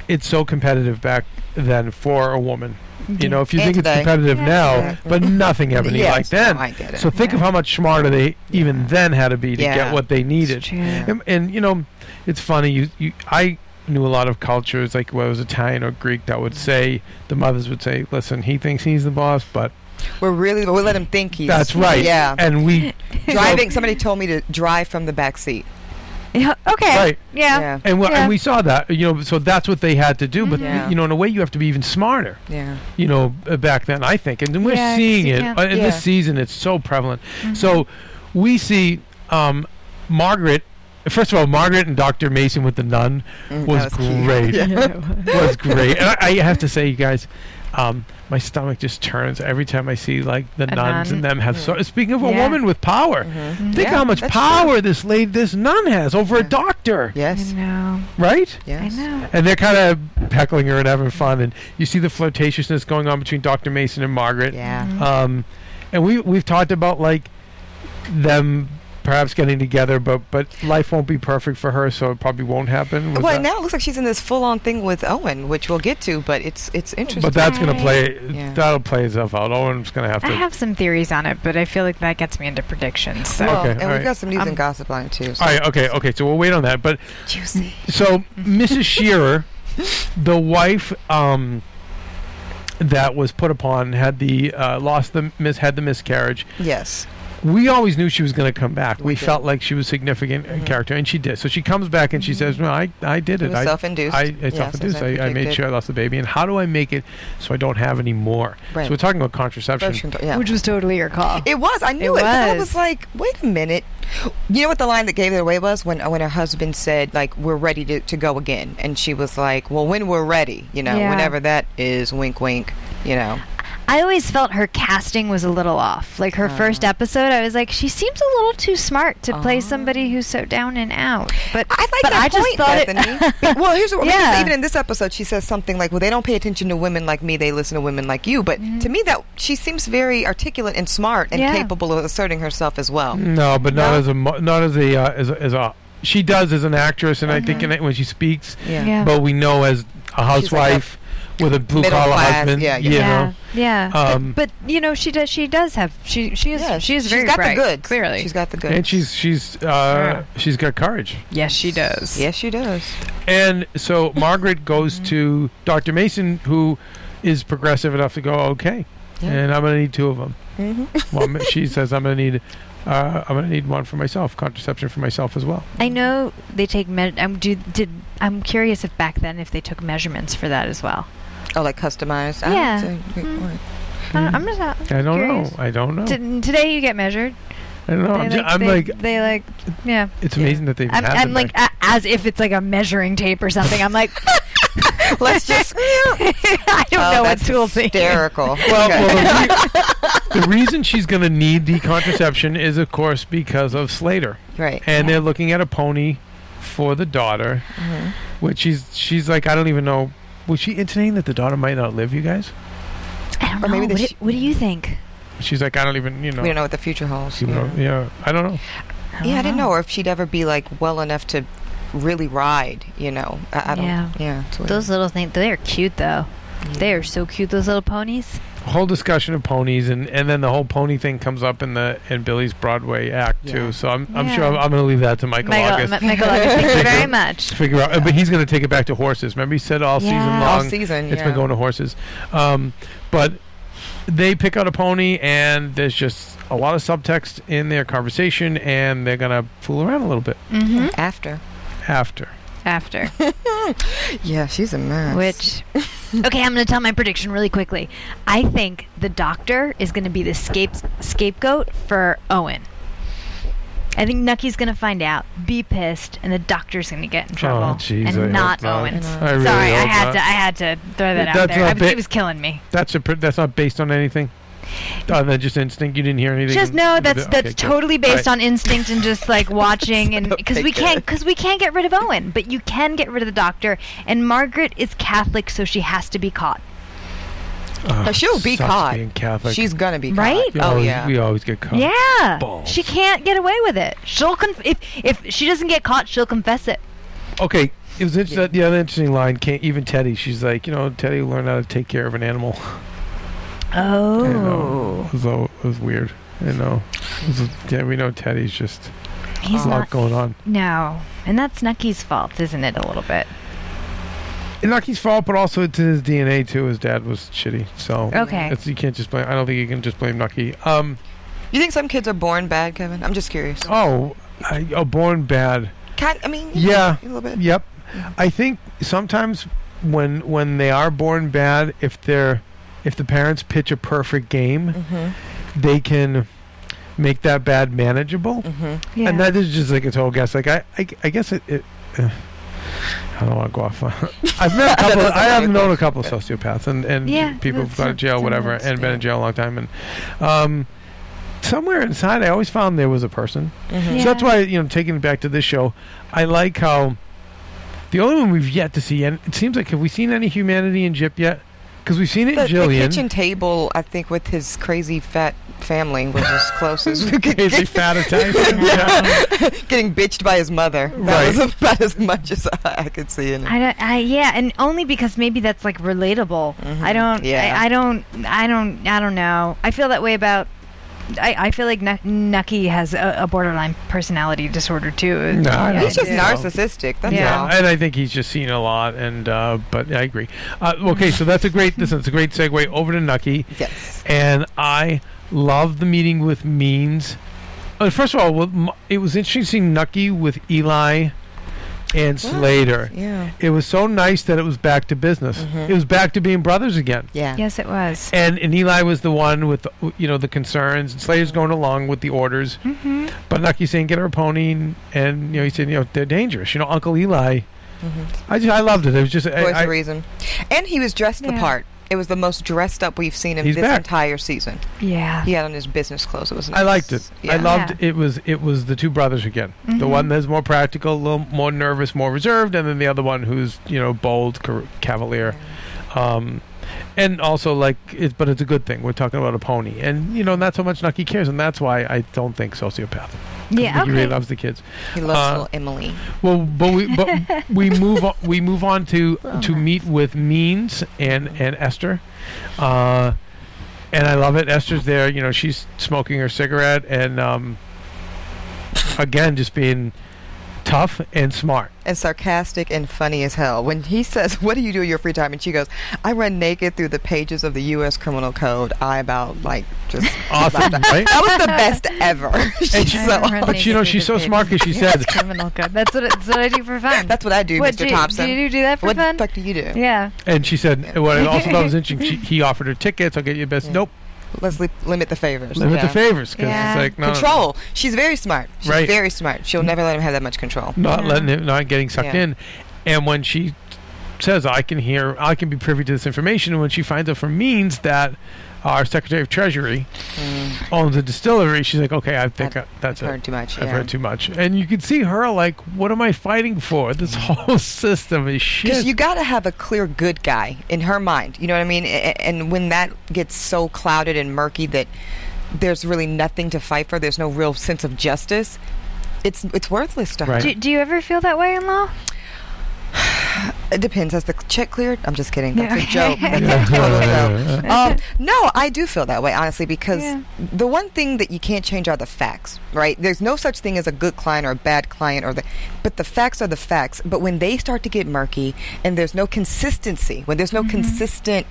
Speaker 2: it's so competitive back then for a woman. You know, if you
Speaker 4: And
Speaker 2: think it's
Speaker 4: today.
Speaker 2: competitive
Speaker 3: Yeah.
Speaker 2: now,
Speaker 4: Yeah.
Speaker 2: but nothing ever
Speaker 4: Yes.
Speaker 2: like then.
Speaker 4: No, I get it.
Speaker 2: So think of how much smarter they even then had to be to
Speaker 4: Yeah.
Speaker 2: get what they needed.
Speaker 3: true.
Speaker 2: And, and you know, it's funny. You, you, I knew a lot of cultures, like whether it was Italian or Greek, that would say the mothers would say, "Listen, he thinks he's the boss, but
Speaker 4: We're really we let him think he's.
Speaker 2: That's right.
Speaker 4: Yeah.
Speaker 2: And we
Speaker 4: Driving. Somebody told me to drive from the back seat.
Speaker 3: Yeah, okay.
Speaker 2: Right.
Speaker 3: Yeah.
Speaker 4: Yeah.
Speaker 2: and, well,
Speaker 3: Yeah.
Speaker 2: and we saw that. You know, so that's what they had to do. But
Speaker 4: Yeah.
Speaker 2: you know, in a way, you have to be even smarter.
Speaker 4: Yeah.
Speaker 2: you know, uh, back then, I think. And we're
Speaker 3: Yeah, 'cause
Speaker 2: seeing
Speaker 3: you
Speaker 2: it
Speaker 3: can't-
Speaker 2: uh, in
Speaker 4: Yeah.
Speaker 2: this season, it's so prevalent. So we see um, Margaret. First of all, Margaret and Dr. Mason with the nun
Speaker 4: Mm,
Speaker 2: was,
Speaker 4: that was cute.
Speaker 2: great. was great. And I, I have to say, you guys, um, my stomach just turns every time I see like the
Speaker 3: A
Speaker 2: nuns
Speaker 3: nun.
Speaker 2: and them have. So, speaking of a
Speaker 3: Yeah.
Speaker 2: woman with power, think
Speaker 4: Mm-hmm. Yeah,
Speaker 2: how much
Speaker 4: that's
Speaker 2: power this lady, this nun has over a
Speaker 4: Yeah.
Speaker 2: doctor,
Speaker 3: I
Speaker 4: Yes.
Speaker 3: know.
Speaker 2: right?
Speaker 4: Yes.
Speaker 3: I know.
Speaker 2: and they're kind of heckling her and having fun, and you see the flirtatiousness going on between Dr. Mason and Margaret.
Speaker 4: Yeah.
Speaker 2: Um, and we we've talked about like them perhaps getting together, but but life won't be perfect for her, so it probably won't happen. Was
Speaker 4: Well,
Speaker 2: that-
Speaker 4: now it looks like she's in this full-on thing with Owen, which we'll get to, but it's it's interesting.
Speaker 2: but that's gonna play.
Speaker 4: Yeah.
Speaker 2: That'll play itself out. Owen's gonna have to.
Speaker 3: I have some theories on it, but I feel like that gets me into predictions. So
Speaker 4: well,
Speaker 2: Okay,
Speaker 4: and
Speaker 2: all
Speaker 4: we've
Speaker 2: right.
Speaker 4: got some news
Speaker 3: Um,
Speaker 4: and gossip line too. So.
Speaker 2: all right. Okay. Okay. So we'll wait on that. But
Speaker 3: juicy.
Speaker 2: so Mrs. Shearer, the wife um, that was put upon, had the uh, lost the miss had the miscarriage.
Speaker 4: Yes.
Speaker 2: we always knew she was going to come back. We,
Speaker 4: We did. Mm-hmm.
Speaker 2: felt like she was significant in character, and she did. So she comes back and she says, "No, I, I did it.
Speaker 4: It was
Speaker 2: I,
Speaker 4: self-induced.
Speaker 2: I,
Speaker 4: Yes,
Speaker 2: I
Speaker 4: as I
Speaker 2: self-induced. I, I made
Speaker 4: predicted.
Speaker 2: sure I lost the baby. And how do I make it so I don't have any more?"
Speaker 4: Right.
Speaker 2: So we're talking about contraception.
Speaker 4: Birth control, yeah.
Speaker 3: Which was totally your call.
Speaker 4: It was. I knew it.
Speaker 3: It
Speaker 4: 'cause I
Speaker 3: was.
Speaker 4: was like, wait a minute. You know what the line that gave it away was when uh, when her husband said like we're ready to, to go again, and she was like, well, when we're ready, you know,
Speaker 3: Yeah.
Speaker 4: whenever that is, wink, wink, you know.
Speaker 3: I always felt her casting was a little off. Like her first
Speaker 4: Uh.
Speaker 3: episode, I was like, she seems a little too smart to play somebody who's so down and out. But
Speaker 4: Oh. I like
Speaker 3: but
Speaker 4: that
Speaker 3: I just
Speaker 4: point,
Speaker 3: thought it-
Speaker 4: Bethany. well, here's what I mean,
Speaker 3: Yeah.
Speaker 4: so even in this episode, she says something like, "Well, they don't pay attention to women like me; they listen to women like you." But to me, that she seems very articulate and smart and
Speaker 3: Mm-hmm. Yeah. Mm.
Speaker 4: capable of asserting herself as well.
Speaker 2: No, but not
Speaker 4: No?
Speaker 2: as a mo- not as a uh, as a, as a she does as an actress, and I think in it when she speaks.
Speaker 4: Uh-huh. Yeah.
Speaker 3: Yeah.
Speaker 2: But we know as a housewife with a blue collar
Speaker 4: class,
Speaker 2: husband.
Speaker 4: yeah, yeah.
Speaker 2: You
Speaker 3: yeah,
Speaker 2: know.
Speaker 3: yeah.
Speaker 2: Um,
Speaker 3: but, but, you know, she does. She does have. She she is.
Speaker 4: Yeah,
Speaker 3: she is
Speaker 4: she's
Speaker 3: very
Speaker 4: got
Speaker 3: bright.
Speaker 4: the goods.
Speaker 3: Clearly,
Speaker 4: she's got the goods,
Speaker 2: And she's she's uh, she's got courage.
Speaker 3: yes, she does.
Speaker 4: yes, she does.
Speaker 2: And so Margaret
Speaker 4: Mm-hmm.
Speaker 2: goes to Dr. Mason, who is progressive enough to go, okay,
Speaker 4: Yeah.
Speaker 2: and I'm going to need two of them.
Speaker 3: Mm-hmm.
Speaker 2: Well, she says, I'm going to need. Uh, I'm gonna need one for myself, contraception for myself as well.
Speaker 3: I know they take. Me- I'm do did. I'm curious if back then if they took measurements for that as well.
Speaker 4: Oh, like customized. I
Speaker 3: Yeah.
Speaker 4: don't think-
Speaker 3: I don't, I'm just not.
Speaker 2: Hmm. I don't
Speaker 3: curious.
Speaker 2: know. I don't know.
Speaker 3: Didn't- today you get measured.
Speaker 2: I don't know.
Speaker 3: they
Speaker 2: I'm, ju-
Speaker 3: like,
Speaker 2: I'm
Speaker 3: they,
Speaker 2: like,
Speaker 3: they like. Yeah.
Speaker 2: it's amazing that they've
Speaker 3: I'm,
Speaker 2: had
Speaker 3: I'm
Speaker 2: them
Speaker 3: like
Speaker 2: back-
Speaker 3: a, as if it's like a measuring tape or something. I'm like,
Speaker 4: Let's just.
Speaker 3: I don't
Speaker 4: Oh,
Speaker 3: know what
Speaker 4: that's
Speaker 3: tool to use.
Speaker 4: hysterical.
Speaker 2: well,
Speaker 4: Okay.
Speaker 2: well, the, re- the reason she's going to need the contraception is, of course, because of Slater.
Speaker 4: right.
Speaker 2: and they're looking at a pony for the daughter,
Speaker 3: Mm-hmm.
Speaker 2: which she's she's like, I don't even know. Was she intimating that the daughter might not live, you guys?
Speaker 3: I don't
Speaker 4: Or maybe
Speaker 3: know.
Speaker 4: they
Speaker 3: Oh, What,
Speaker 4: sh-
Speaker 3: do, what do you think?
Speaker 2: She's like, I don't even, you know.
Speaker 4: We don't know what the future holds.
Speaker 2: you know, yeah, I don't know.
Speaker 4: Yeah, I didn't know, or if she'd ever be like well enough to really ride. You know, I, I don't.
Speaker 3: Yeah.
Speaker 4: Yeah, it's weird.
Speaker 7: Those little things, they are cute though. They are so cute, those little ponies.
Speaker 2: Whole discussion of ponies, and, and then the whole pony thing comes up in the in Billy's Broadway act
Speaker 4: Yeah.
Speaker 2: too. So I'm I'm sure
Speaker 3: Yeah.
Speaker 2: I'm, I'm going to leave that to Michael,
Speaker 3: Michael,
Speaker 2: August
Speaker 3: Ma- Michael August, thank you very much.
Speaker 2: to figure out. But he's going to take it back to horses. Remember, he said all season
Speaker 3: Yeah.
Speaker 2: long.
Speaker 4: all season.
Speaker 2: It's
Speaker 4: yeah.
Speaker 2: been going to horses. Um, but they pick out a pony, and there's just a lot of subtext in their conversation, and they're going to fool around a little bit
Speaker 3: Mm-hmm.
Speaker 4: after.
Speaker 2: after.
Speaker 3: After
Speaker 4: Yeah, she's a mess.
Speaker 3: which, okay, I'm going to tell my prediction really quickly. I think the doctor is going to be the scape- scapegoat for Owen. I think Nucky's going to find out, be pissed, and the doctor's going to get in trouble,
Speaker 2: Oh, jeez, I hope
Speaker 3: and not
Speaker 2: not.
Speaker 3: Owen.
Speaker 2: I really
Speaker 3: Sorry, I
Speaker 2: hope
Speaker 3: had
Speaker 2: not.
Speaker 3: to. I had to throw that out
Speaker 2: That's
Speaker 3: there.
Speaker 2: not
Speaker 3: I,
Speaker 2: ba-
Speaker 3: it was killing me.
Speaker 2: That's a pr- that's not based on anything. Other than just instinct, you didn't hear anything.
Speaker 3: Just no.
Speaker 2: Okay,
Speaker 3: That's
Speaker 2: good.
Speaker 3: that's totally based on instinct and just like watching and because we
Speaker 4: Okay,
Speaker 3: can't because we can't get rid of Owen, but you can get rid of the doctor. And Margaret is Catholic, so she has to be caught.
Speaker 2: Ugh,
Speaker 4: Now, she'll be
Speaker 2: Ah, sucks
Speaker 4: caught.
Speaker 2: Being Catholic.
Speaker 4: She's gonna be caught.
Speaker 3: Right?
Speaker 2: We
Speaker 4: Oh
Speaker 2: always-
Speaker 4: yeah.
Speaker 2: We always get caught.
Speaker 3: yeah,
Speaker 1: balls.
Speaker 3: she can't get away with it. She'll conf- if if she doesn't get caught, she'll confess it.
Speaker 2: Okay. It was interesting. The other interesting line. Can't even Teddy. She's like, you know, Teddy learned how to take care of an animal.
Speaker 3: Oh,
Speaker 2: You know, so it was weird. You know, It was- yeah, we know Teddy's just
Speaker 3: he's
Speaker 2: a lot
Speaker 3: not.
Speaker 2: going on.
Speaker 3: No, and that's Nucky's fault, isn't it? A little bit.
Speaker 2: Lucky's fault, but also to his DNA too. His dad was shitty, so
Speaker 5: Okay.
Speaker 2: it's, you can't just blame. I don't think you can just blame Nucky. Um,
Speaker 4: You think some kids are born bad, Kevin? I'm just curious.
Speaker 2: oh, I, oh, born bad.
Speaker 4: Cat, I mean,
Speaker 2: Yeah.
Speaker 4: a little bit.
Speaker 2: Yep. I think sometimes when when they are born bad, if they're if the parents pitch a perfect game,
Speaker 4: Mm-hmm,
Speaker 2: they can make that bad manageable.
Speaker 4: mm-hmm.
Speaker 5: Yeah.
Speaker 2: And that is just like a total guess. Like I, I, I guess it. it uh, I don't want to go off. on- I've met a couple.
Speaker 4: doesn't
Speaker 2: I have
Speaker 4: really
Speaker 2: known a couple of sociopaths and and
Speaker 5: Yeah,
Speaker 2: people who've
Speaker 5: that's-
Speaker 2: gone to jail,
Speaker 5: that's
Speaker 2: whatever,
Speaker 5: nuts,
Speaker 2: and been in jail a long time. And um, somewhere inside, I always found there was a person.
Speaker 3: Mm-hmm.
Speaker 2: So that's why you know, taking it back to this show, I like how the only one we've yet to see, and it seems like have we seen any humanity in Jip yet? Because we've seen it
Speaker 4: The,
Speaker 2: in
Speaker 4: the
Speaker 2: Jillian.
Speaker 4: kitchen table, I think, with his crazy fat family was as close as we could
Speaker 2: Crazy
Speaker 4: get.
Speaker 2: fat attack. yeah.
Speaker 4: Getting bitched by his mother. That was
Speaker 2: Right.
Speaker 4: about as much as I, I could see in it.
Speaker 5: I, don't, I yeah, and only because maybe that's like relatable. I don't.
Speaker 4: Mm-hmm. Yeah.
Speaker 5: I, I don't. I don't. I don't know. I feel that way about. I, I feel like Nuck- Nucky has a, a borderline personality disorder too.
Speaker 2: No, I don't
Speaker 4: He's just
Speaker 2: Yeah.
Speaker 4: narcissistic. That's
Speaker 5: Yeah.
Speaker 4: all.
Speaker 2: and I think he's just seen a lot. And uh, but I agree. Uh, okay, so that's a great. This is a great segue over to Nucky.
Speaker 4: Yes.
Speaker 2: And I love the meeting with Means. Uh, first of all, with M- it was interesting seeing Nucky with Eli and Slater.
Speaker 4: Yeah.
Speaker 2: It was so nice that it was back to business. It was back to being brothers again.
Speaker 4: Yeah.
Speaker 5: Yes, it was.
Speaker 2: And and Eli was the one with the, you know the concerns. And Slater's going along with the orders,
Speaker 3: Hmm.
Speaker 5: Mm-hmm.
Speaker 2: but Nucky's saying get her a pony, and, and you know he said you know they're dangerous. You know Uncle Eli.
Speaker 4: Mm-hmm.
Speaker 2: I just I loved it. It was just
Speaker 4: Voice
Speaker 2: I,
Speaker 4: of
Speaker 2: I,
Speaker 4: reason. And he was dressed the
Speaker 5: Yeah.
Speaker 4: part. It was the most dressed up we've seen him
Speaker 2: He's
Speaker 4: this
Speaker 2: back.
Speaker 4: entire season.
Speaker 5: Yeah.
Speaker 4: He had on his business clothes. It was. Nice.
Speaker 2: I liked it.
Speaker 4: Yeah.
Speaker 2: I loved it was it was the two brothers again. The
Speaker 5: Mm-hmm.
Speaker 2: one that's more practical, a little more nervous, more reserved, and then the other one who's you know bold, ca- cavalier. Um, and also like it's but it's a good thing. We're talking about a pony, and you know not so much Nucky cares, and that's why I don't think sociopath. 'Cause
Speaker 5: Yeah,
Speaker 2: Nucky really
Speaker 5: okay.
Speaker 2: loves the kids.
Speaker 4: He loves
Speaker 2: Uh,
Speaker 4: little Emily.
Speaker 2: Well, but we but we move on, we move on to
Speaker 5: Oh,
Speaker 2: to meet with Means and and Esther, uh, and I love it. Esther's there. You know, she's smoking her cigarette and um, again just being tough and smart.
Speaker 4: and sarcastic and funny as hell. When he says, "What do you do in your free time?" and she goes, "I run naked through the pages of the U.S. Criminal Code." I about like just
Speaker 2: Awesome, right?
Speaker 4: that was the best ever. She's
Speaker 5: I
Speaker 4: so-
Speaker 5: don't run
Speaker 2: But you know,
Speaker 5: naked
Speaker 2: she's
Speaker 5: through
Speaker 2: so
Speaker 5: the
Speaker 2: smart because she
Speaker 5: pages.
Speaker 2: said,
Speaker 5: criminal code. That's what, that's what I do for fun.
Speaker 4: that's what I do,
Speaker 5: What
Speaker 4: Mr.
Speaker 5: do you-
Speaker 4: Thompson.
Speaker 5: do you do that for
Speaker 4: what
Speaker 5: fun?
Speaker 4: the fuck do you do?
Speaker 5: yeah.
Speaker 2: and she said what I also thought was interesting. She, he offered her tickets. I'll get you the best. Nope,
Speaker 4: Let's li- limit the favors.
Speaker 2: limit
Speaker 4: Yeah.
Speaker 2: the favors because
Speaker 5: Yeah.
Speaker 2: it's like no, no, no.
Speaker 4: Control. She's very smart. She's
Speaker 2: Right. Mm-hmm.
Speaker 4: very smart. She'll never let him have that much control.
Speaker 2: not letting him, not getting sucked
Speaker 4: Yeah.
Speaker 2: in. And when she says, "I can hear, I can be privy to this information," and when she finds out from means that our Secretary of Treasury
Speaker 4: Mm.
Speaker 2: owns a distillery, she's like, "Okay, I think I, that's
Speaker 4: I've heard
Speaker 2: it.
Speaker 4: too much.
Speaker 2: I've
Speaker 4: yeah.
Speaker 2: heard too much." And you can see her like, "What am I fighting for? This whole system is
Speaker 4: Mm. Because
Speaker 2: shit."
Speaker 4: you got to have a clear good guy in her mind. You know what I mean? A- a- And when that gets so clouded and murky that there's really nothing to fight for, there's no real sense of justice. It's it's worthless to her.
Speaker 2: Right.
Speaker 5: Do, do you ever feel that way in law?
Speaker 4: It depends. Has the check cleared? I'm just kidding. That's
Speaker 5: Yeah.
Speaker 4: a joke. That's a total joke. Um, no, I do feel that way honestly because
Speaker 5: Yeah.
Speaker 4: the one thing that you can't change are the facts, right? There's no such thing as a good client or a bad client, or the but the facts are the facts. But when they start to get murky and there's no consistency, when there's no
Speaker 3: Mm-hmm.
Speaker 4: consistent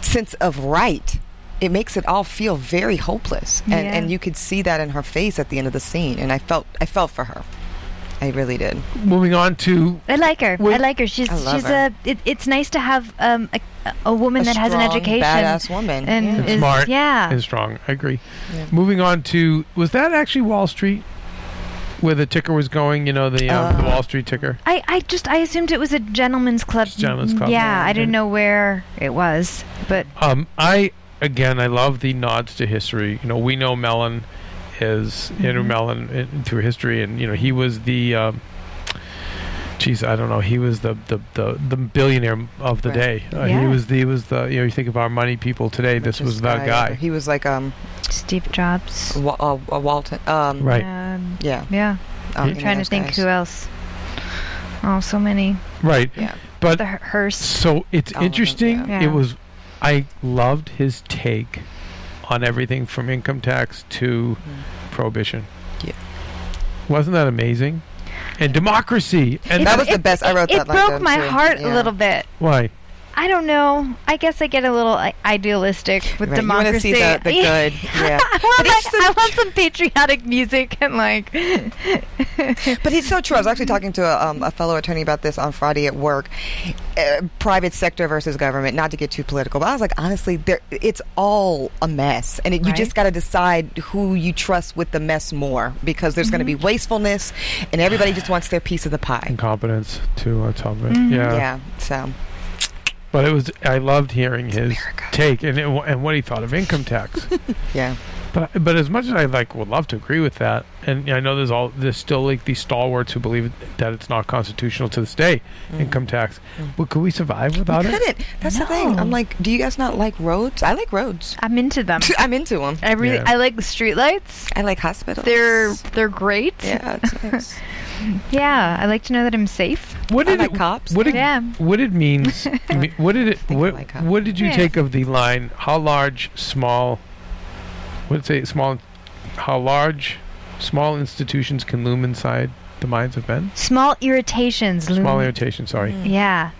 Speaker 4: sense of right. It makes it all feel very hopeless, and,
Speaker 5: Yeah.
Speaker 4: and you could see that in her face at the end of the scene. And I felt, I felt for her, I really did.
Speaker 2: Moving on to
Speaker 3: I like her. I
Speaker 2: Well-
Speaker 3: like her. She's
Speaker 4: I love
Speaker 3: she's
Speaker 4: her.
Speaker 3: a. It, it's nice to have um a, a woman
Speaker 4: A
Speaker 3: that has an
Speaker 4: strong,
Speaker 3: education.
Speaker 4: badass woman,
Speaker 3: And
Speaker 4: yeah.
Speaker 2: And
Speaker 3: is-
Speaker 2: smart.
Speaker 3: Yeah.
Speaker 2: and strong. I agree. Moving on to was that actually Wall Street? Where the ticker was going, you know, the, um,
Speaker 4: Uh,
Speaker 2: the Wall Street ticker.
Speaker 3: I, I just I assumed it was a gentleman's club.
Speaker 2: It's gentleman's club.
Speaker 3: Yeah, I
Speaker 2: Yeah.
Speaker 3: didn't know where it was, but
Speaker 2: Um, I again, I love the nods to history. You know, we know Mellon is Andrew
Speaker 4: Mm-hmm.
Speaker 2: Mellon uh, through history, and you know he was the. Um, Geez, I don't know. He was the the, the, the billionaire of the
Speaker 4: Right.
Speaker 2: day. Uh, He
Speaker 3: Yeah.
Speaker 2: was the he was the you know you think of our money people today. This was
Speaker 4: Richest
Speaker 2: the guy,
Speaker 4: He was like um,
Speaker 3: Steve Jobs.
Speaker 4: Wa- uh, uh, Walton. Um,
Speaker 2: right?
Speaker 3: Um,
Speaker 4: Yeah.
Speaker 3: yeah,
Speaker 4: Um,
Speaker 2: I'm
Speaker 4: you know
Speaker 3: trying to
Speaker 4: those
Speaker 3: think
Speaker 4: guys.
Speaker 3: who else. Oh, so many.
Speaker 2: Right.
Speaker 4: Yeah.
Speaker 2: But
Speaker 3: The hearse.
Speaker 2: so it's
Speaker 4: All of them,
Speaker 2: interesting.
Speaker 4: yeah.
Speaker 2: It
Speaker 3: Yeah.
Speaker 2: was, I loved his take on everything from income tax to prohibition.
Speaker 4: Yeah.
Speaker 2: Wasn't that amazing? and democracy. And
Speaker 4: That was the best. I wrote
Speaker 3: it
Speaker 4: that line
Speaker 3: broke
Speaker 4: down,
Speaker 3: my
Speaker 4: too.
Speaker 3: heart
Speaker 4: Yeah.
Speaker 3: a little bit.
Speaker 2: why?
Speaker 3: I don't know. I guess I get a little like, idealistic with
Speaker 4: Right, you wanna
Speaker 3: democracy.
Speaker 4: see the- the good, yeah.
Speaker 3: I, want
Speaker 4: But it's
Speaker 3: my-
Speaker 4: the-
Speaker 3: I want some patriotic music and like.
Speaker 4: But it's so true. I was actually talking to a, um, a fellow attorney about this on Friday at work. Uh, private sector versus government. Not to get too political, but I was like, honestly, there, it's all a mess, and it, you
Speaker 3: Right.
Speaker 4: just got to decide who you trust with the mess more, because there's going to be
Speaker 3: Mm-hmm.
Speaker 4: wastefulness, and everybody just wants their piece of the pie.
Speaker 2: Incompetence to uh, top it. Yeah.
Speaker 4: Yeah. So
Speaker 2: But it was. I loved hearing his take and it, and what he thought of income tax.
Speaker 4: yeah.
Speaker 2: But but as much as I like would love to agree with that, and I know there's all there's still like these stalwarts who believe that it's not constitutional to this day, income tax. But could we survive without it?
Speaker 4: Couldn't. That's the thing. I'm like, do you guys not like roads? I like roads.
Speaker 3: I'm into them.
Speaker 4: I'm into them.
Speaker 3: I really
Speaker 2: Yeah.
Speaker 3: I like streetlights.
Speaker 4: I like hospitals.
Speaker 3: They're they're great.
Speaker 4: yeah. It's nice.
Speaker 3: Yeah, I like to know that I'm safe.
Speaker 2: What
Speaker 4: I
Speaker 2: did
Speaker 4: like
Speaker 2: it,
Speaker 4: cops.
Speaker 2: What it,
Speaker 3: Yeah.
Speaker 2: what it means? me- what did it?
Speaker 4: I
Speaker 2: What,
Speaker 4: like cops.
Speaker 2: what did you
Speaker 3: Yeah.
Speaker 2: take of the line? How large, small? What did it say? Small. How large, small institutions can loom inside the minds of men.
Speaker 3: Small irritations. Loom. Mm.
Speaker 2: Small irritation. Sorry,
Speaker 3: Yeah.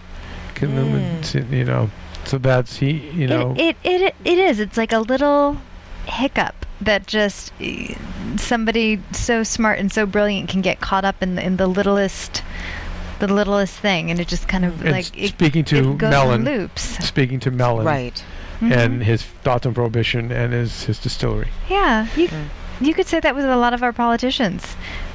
Speaker 2: can loom. Into, you know. So that's he. You know.
Speaker 3: It, it it it is. It's like a little hiccup that just eh, somebody so smart and so brilliant can get caught up in the, in the littlest the littlest thing, and it just kind of
Speaker 2: And
Speaker 3: like
Speaker 2: s-
Speaker 3: it,
Speaker 2: speaking to
Speaker 3: it goes
Speaker 2: Melon.
Speaker 3: in loops.
Speaker 2: speaking to Mellon
Speaker 4: right.
Speaker 3: Mm-hmm.
Speaker 2: and his thoughts on prohibition and his, his distillery.
Speaker 3: Yeah, you you could say that with a lot of our politicians.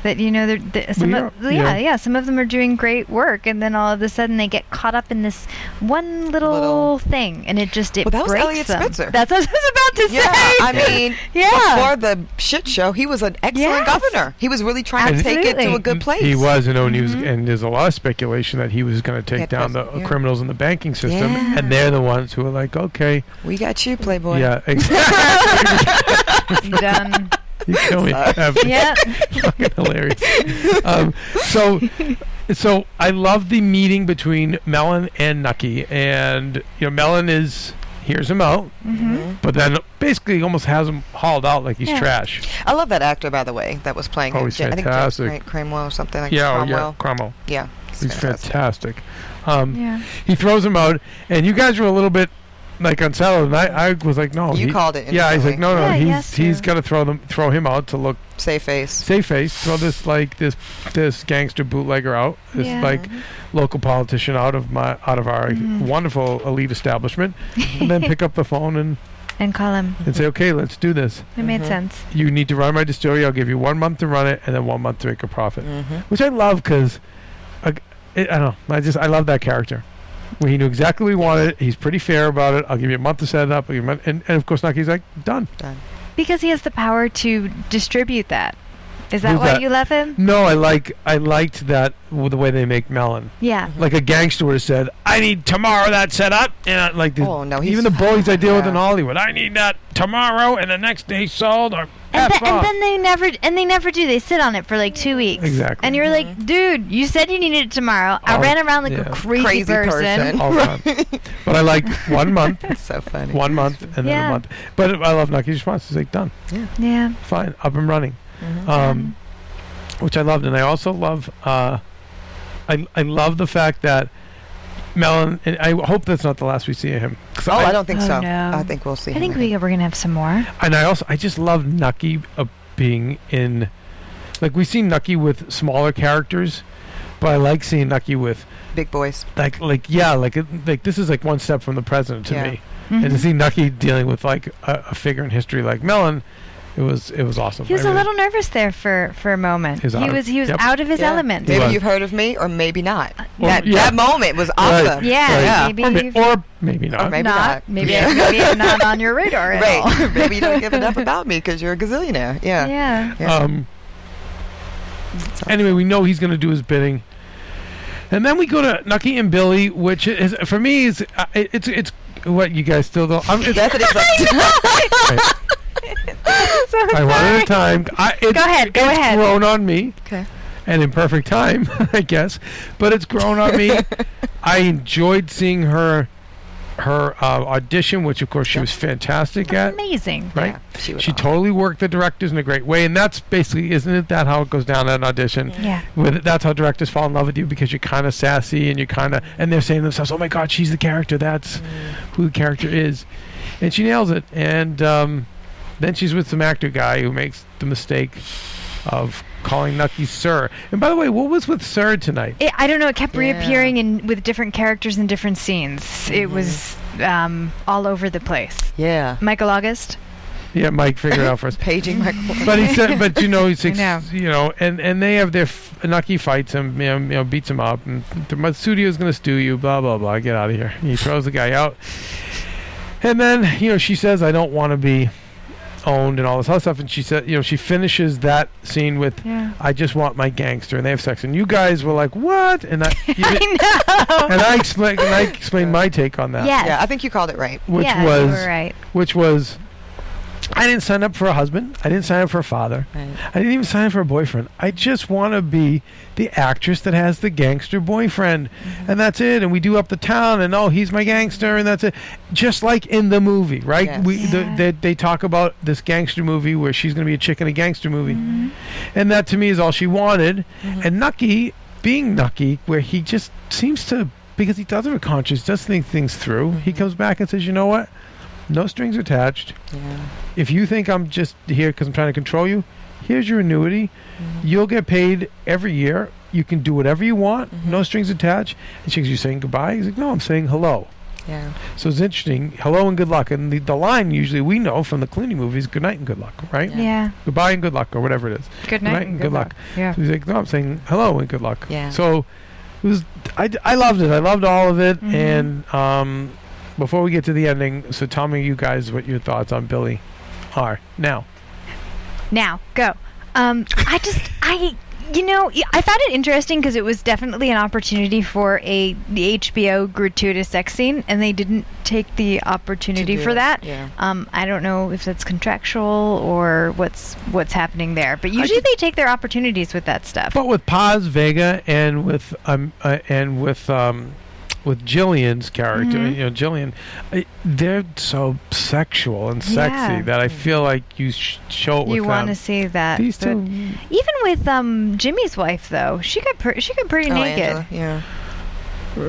Speaker 3: That you know, they're, they some
Speaker 2: We
Speaker 3: of,
Speaker 2: are,
Speaker 3: yeah,
Speaker 2: yeah.
Speaker 3: yeah, some of them are doing great work, and then all of a sudden they get caught up in this one little,
Speaker 4: Little-
Speaker 3: thing, and it just it
Speaker 4: Well, that was
Speaker 3: breaks
Speaker 4: Elliot
Speaker 3: them.
Speaker 4: Spitzer.
Speaker 3: That's what I was about to
Speaker 4: Yeah,
Speaker 3: say.
Speaker 4: I mean,
Speaker 3: Yeah.
Speaker 4: before the shit show, he was an
Speaker 3: Yes.
Speaker 4: excellent governor. He was really trying to take it to a
Speaker 3: Absolutely.
Speaker 4: good place.
Speaker 2: He was, and owned, he
Speaker 3: Mm-hmm.
Speaker 2: was, and there's a lot of speculation that he was going to
Speaker 4: Get
Speaker 2: take down the uh,
Speaker 4: those- yeah.
Speaker 2: criminals in the banking system,
Speaker 4: Yeah.
Speaker 2: and they're the ones who are like, okay,
Speaker 4: We got you, Playboy.
Speaker 2: yeah, exactly.
Speaker 3: Done.
Speaker 2: you kill me. Um,
Speaker 3: Yeah.
Speaker 2: fucking hilarious. Um, so, so I love the meeting between Melon and Nucky, and you know Melon is hears him out,
Speaker 3: mm-hmm.
Speaker 2: but then basically almost has him hauled out like he's
Speaker 3: Yeah.
Speaker 2: trash.
Speaker 4: I love that actor, by the way, that was playing.
Speaker 2: Oh,
Speaker 4: him.
Speaker 2: he's
Speaker 4: Ja- I think James
Speaker 2: fantastic.
Speaker 4: Cran- Cranwell or something like
Speaker 2: yeah, oh, yeah,
Speaker 4: Cromwell.
Speaker 2: Cromwell.
Speaker 4: Yeah.
Speaker 2: He's fantastic. Um,
Speaker 3: Yeah.
Speaker 2: He throws him out, and you guys were a little bit like unsettled, and I, I was like, no.
Speaker 4: You
Speaker 2: he-
Speaker 4: called it
Speaker 2: Yeah, he's like, no, no,
Speaker 3: Yeah, he
Speaker 2: he's
Speaker 3: has to.
Speaker 2: he's got to throw them, throw him out to look
Speaker 4: Say face.
Speaker 2: safe face. Throw this like this this gangster bootlegger out, this
Speaker 3: Yeah.
Speaker 2: like local politician out of my out of our wonderful elite establishment, and then pick up the phone and
Speaker 3: And call him.
Speaker 2: and say, okay, let's do this.
Speaker 3: It made sense.
Speaker 2: You need to run my distillery. I'll give you one month to run it, and then one month to make a profit,
Speaker 4: Mm-hmm.
Speaker 2: which I love because I, I don't know. I just I love that character. Where he knew exactly what he wanted. He's pretty fair about it. I'll give you a month to set it up. I'll give you a month. And, and of course, Naki's like, done.
Speaker 3: Because he has the power to distribute that. Is that
Speaker 2: Who's
Speaker 3: why
Speaker 2: that?
Speaker 3: you love him?
Speaker 2: No, I like I liked that w- the way they make melon.
Speaker 3: Yeah.
Speaker 2: Like a gangster would have said, "I need tomorrow that set up," and I, like the,
Speaker 4: Oh, no, he's-
Speaker 2: even the bullies I deal with
Speaker 4: yeah.
Speaker 2: in Hollywood, I need that tomorrow and the next day sold or
Speaker 3: And,
Speaker 2: F
Speaker 3: th-
Speaker 2: off."
Speaker 3: and then they never and they never do. They sit on it for like two weeks.
Speaker 2: Exactly.
Speaker 3: And you're
Speaker 4: Mm-hmm.
Speaker 3: like, dude, you said you needed it tomorrow. I
Speaker 2: Oh,
Speaker 3: ran around like
Speaker 2: yeah.
Speaker 3: a crazy,
Speaker 4: Crazy person.
Speaker 2: All done. But I like one month,
Speaker 4: so funny.
Speaker 2: one month, and then a
Speaker 3: Yeah.
Speaker 2: month. But I love Naki's response. He's like, "Done,
Speaker 3: Yeah.
Speaker 2: fine, up and running," um, which I loved, and I also love. Uh, I I love the fact that Melon. And I hope that's not the last we see of him. 'Cause
Speaker 4: Oh, I don't think
Speaker 3: Oh,
Speaker 4: so.
Speaker 3: no.
Speaker 4: I think we'll see.
Speaker 3: I
Speaker 4: him
Speaker 3: think
Speaker 4: again.
Speaker 3: we we're gonna have some more.
Speaker 2: And I also I just love Nucky uh, being in like we see Nucky with smaller characters, but I like seeing Nucky with
Speaker 4: big boys.
Speaker 2: like like yeah like it- like this is like one step from the president to
Speaker 4: Yeah.
Speaker 2: me,
Speaker 3: Mm-hmm.
Speaker 2: and to see Nucky dealing with like a, a figure in history like Mellon, it was it was awesome.
Speaker 3: He was
Speaker 2: I
Speaker 3: a
Speaker 2: really-
Speaker 3: little nervous there for for a moment.
Speaker 2: He's out
Speaker 3: he
Speaker 2: of-
Speaker 3: was he was
Speaker 2: yep.
Speaker 3: out of his
Speaker 4: Yeah.
Speaker 3: element.
Speaker 4: Maybe
Speaker 2: was.
Speaker 4: you've heard of me, or maybe not.
Speaker 2: Well,
Speaker 4: that
Speaker 2: yeah.
Speaker 4: that moment was
Speaker 2: Right.
Speaker 4: awesome.
Speaker 3: Yeah,
Speaker 4: Yeah.
Speaker 3: maybe
Speaker 2: or,
Speaker 3: you've
Speaker 2: ma- or maybe not.
Speaker 4: maybe
Speaker 3: not.
Speaker 4: not.
Speaker 3: Maybe,
Speaker 4: Yeah.
Speaker 3: maybe I'm not on your radar at all.
Speaker 4: Right. maybe you don't give enough about me because you're a gazillionaire. Yeah.
Speaker 3: Yeah.
Speaker 4: Yeah.
Speaker 2: Um. Anyway, we know he's going to do his bidding, and then we go to Nucky and Billy, which is for me is uh, it, it's it's what you guys still don't. I'm, it's,
Speaker 4: That's what it's like.
Speaker 2: I one at a time. I, it's,
Speaker 3: Go ahead, go
Speaker 2: it's
Speaker 3: ahead.
Speaker 2: grown on me,
Speaker 4: okay.
Speaker 2: and in perfect time, I guess. But it's grown on me. I enjoyed seeing her her uh, audition, which of course she was fantastic at.
Speaker 3: Amazing.
Speaker 2: Right?
Speaker 4: Yeah, she was awesome.
Speaker 2: totally worked the directors in a great way, and that's basically isn't it that how it goes down at an audition?
Speaker 3: Yeah.
Speaker 2: With that's how directors fall in love with you because you're kind of sassy and you're kind of and they're saying to themselves, "Oh my God, she's the character. That's who the character is," and she nails it. And um, then she's with some actor guy who makes the mistake of calling Nucky Sir. And by the way, what was with Sir tonight?
Speaker 5: It, I don't know. It kept
Speaker 4: Yeah.
Speaker 5: reappearing in with different characters in different scenes. It was um, all over the place.
Speaker 4: Yeah.
Speaker 5: Michael August.
Speaker 2: Yeah, Mike, figure it out for us.
Speaker 4: Paging Michael.
Speaker 2: But he said, but you know, he's ex-
Speaker 5: know.
Speaker 2: you know, and and they have their f- Nucky fights him, you know, you know, beats him up, and th- my studio's gonna stew you, blah blah blah. Get out of here. He throws the guy out, and then you know she says, I don't want to be owned and all this other stuff, and she said, you know, she finishes that scene with,
Speaker 5: Yeah.
Speaker 2: I just want my gangster, and they have sex, and you guys were like, what? And I, you did- and I explained, and I explained my take on that,
Speaker 3: Yes.
Speaker 4: Yeah, I think you called it right.
Speaker 2: which
Speaker 3: yeah,
Speaker 2: was
Speaker 3: you were right.
Speaker 2: which was I didn't sign up for a husband. I didn't sign up for a father.
Speaker 4: Right.
Speaker 2: I didn't even sign up for a boyfriend. I just want to be the actress that has the gangster boyfriend. And that's it. And we do up the town and oh, he's my gangster and that's it. Just like in the movie, right?
Speaker 4: Yes.
Speaker 2: We the, they, they talk about this gangster movie where she's going to be a chick in a gangster movie. And that to me is all she wanted. And Nucky being Nucky where he just seems to because he does have a conscience, does think things through. He comes back and says, "You know what? No strings attached.
Speaker 4: Yeah.
Speaker 2: If you think I'm just here because I'm trying to control you, here's your annuity.
Speaker 4: Mm-hmm.
Speaker 2: You'll get paid every year. You can do whatever you want,
Speaker 4: Mm-hmm.
Speaker 2: no strings attached. And she goes, You're saying goodbye? He's like, No, I'm saying hello.
Speaker 4: Yeah.
Speaker 2: So it's interesting. Hello and good luck. And the, the line usually we know from the Clooney movies, good night and good luck, right?
Speaker 4: Yeah.
Speaker 3: Yeah.
Speaker 2: Goodbye and good luck, or whatever it is.
Speaker 5: Good night.
Speaker 2: night Right, and and good good luck. luck.
Speaker 5: Yeah.
Speaker 2: So he's like, no, I'm saying hello and good luck.
Speaker 4: Yeah.
Speaker 2: So it was, I, I loved it. I loved all of it.
Speaker 4: Mm-hmm.
Speaker 2: And um, before we get to the ending, so tell me, you guys, what your thoughts on Billy are now.
Speaker 3: Now, go. Um, I just, I, you know, y- I found it interesting because it was definitely an opportunity for a the HBO gratuitous sex scene, and they didn't take the opportunity
Speaker 4: do
Speaker 3: for
Speaker 4: it,
Speaker 3: that.
Speaker 4: yeah.
Speaker 3: Um, I don't know if that's contractual or what's what's happening there, but usually
Speaker 2: did-
Speaker 3: they take their opportunities with that stuff.
Speaker 2: But with Paz Vega and with um uh, and with um with Jillian's character,
Speaker 3: Mm-hmm.
Speaker 2: you know, Jillian, I, they're so sexual and sexy
Speaker 3: Yeah.
Speaker 2: that I feel like you sh- show it with
Speaker 3: you uh,
Speaker 2: them.
Speaker 3: want to see that?
Speaker 2: These
Speaker 3: but-
Speaker 2: two,
Speaker 3: even with um, Jimmy's wife though, she got pr- she got pretty
Speaker 4: Oh,
Speaker 3: naked.
Speaker 4: Angela. Yeah.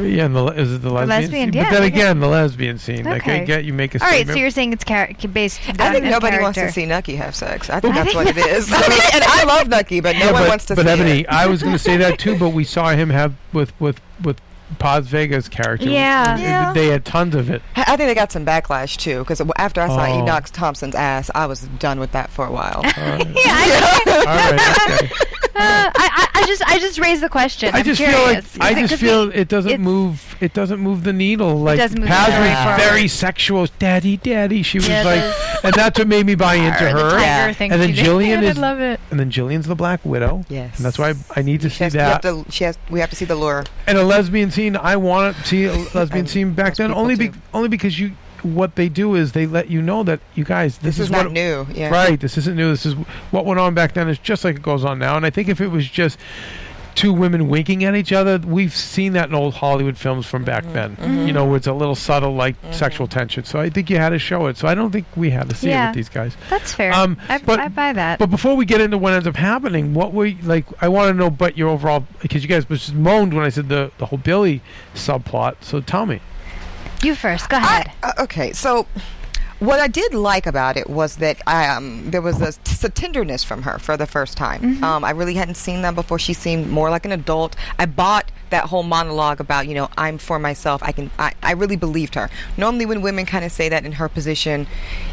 Speaker 2: yeah, and the, le- is it the lesbian?
Speaker 3: lesbian,
Speaker 2: scene?
Speaker 3: yeah,
Speaker 2: But then
Speaker 3: we got-
Speaker 2: again, the lesbian scene. Like I
Speaker 3: Okay.
Speaker 2: get you make a
Speaker 3: All right,
Speaker 2: statement.
Speaker 3: so you're saying it's char- based.
Speaker 4: I think nobody wants to see Nucky have sex. I think that's what it is. I mean, and I love Nucky, but no
Speaker 2: Yeah,
Speaker 4: one
Speaker 2: but,
Speaker 4: wants to
Speaker 2: but
Speaker 4: see
Speaker 2: Ebony,
Speaker 4: it.
Speaker 2: I was going to say that too, but we saw him have with with with Paz Vega's character.
Speaker 3: Yeah.
Speaker 4: Yeah.
Speaker 2: they had tons of it.
Speaker 4: I I think they got some backlash too, because after I saw
Speaker 2: Oh.
Speaker 4: Enoch Thompson's ass, I was done with that for a while.
Speaker 2: All right. All right, okay.
Speaker 3: Uh, I, I, I just I just raised the question.
Speaker 2: I
Speaker 3: I'm
Speaker 2: just
Speaker 3: curious.
Speaker 2: feel like I
Speaker 3: Is it-
Speaker 2: just
Speaker 3: 'cause
Speaker 2: feel it doesn't
Speaker 3: it's-
Speaker 2: move it doesn't move the needle like
Speaker 3: doesn't move the
Speaker 2: Paz
Speaker 3: needle
Speaker 2: was
Speaker 3: very far.
Speaker 2: very sexual daddy daddy she was
Speaker 3: Yeah,
Speaker 2: like and that's what made me buy into
Speaker 3: the
Speaker 2: her
Speaker 4: Yeah.
Speaker 5: Tiger thing
Speaker 2: And then
Speaker 5: she did.
Speaker 2: Jillian
Speaker 5: I did
Speaker 2: is-
Speaker 5: love it.
Speaker 2: and then Jillian's the black widow
Speaker 4: Yes.
Speaker 2: and that's why I need to
Speaker 4: She
Speaker 2: see
Speaker 4: has, we have
Speaker 2: that
Speaker 4: to, she has, we have to see the lure.
Speaker 2: and a lesbian scene I want to see a lesbian
Speaker 4: I-
Speaker 2: scene back
Speaker 4: those
Speaker 2: then
Speaker 4: people
Speaker 2: only be,
Speaker 4: too.
Speaker 2: only because you what they do is they let you know that you guys this,
Speaker 4: This is
Speaker 2: what
Speaker 4: not new. Yeah.
Speaker 2: Right. This isn't new. This is what went on back then. Is just like it goes on now. And I think if it was just two women winking at each other, we've seen that in old Hollywood films from back
Speaker 4: Mm-hmm.
Speaker 2: then.
Speaker 3: Mm-hmm.
Speaker 2: You know, where it's a little subtle, like sexual tension. So I think you had to show it. So I don't think we had to see it
Speaker 3: Yeah.
Speaker 2: with these guys.
Speaker 3: That's fair.
Speaker 2: Um,
Speaker 3: I,
Speaker 2: but-
Speaker 3: I buy that.
Speaker 2: But before we get into what ends up happening, what were you, like? I want to know, but your overall because you guys was moaned when I said the the whole Billy subplot. So tell me.
Speaker 3: you first. Go ahead.
Speaker 4: I, uh, okay, so what I did like about it was that um, there was a, s- a tenderness from her for the first time. Um, I really hadn't seen that before. She seemed more like an adult. I bought that whole monologue about you know I'm for myself. I can. I, I really believed her. Normally, when women kind of say that in her position,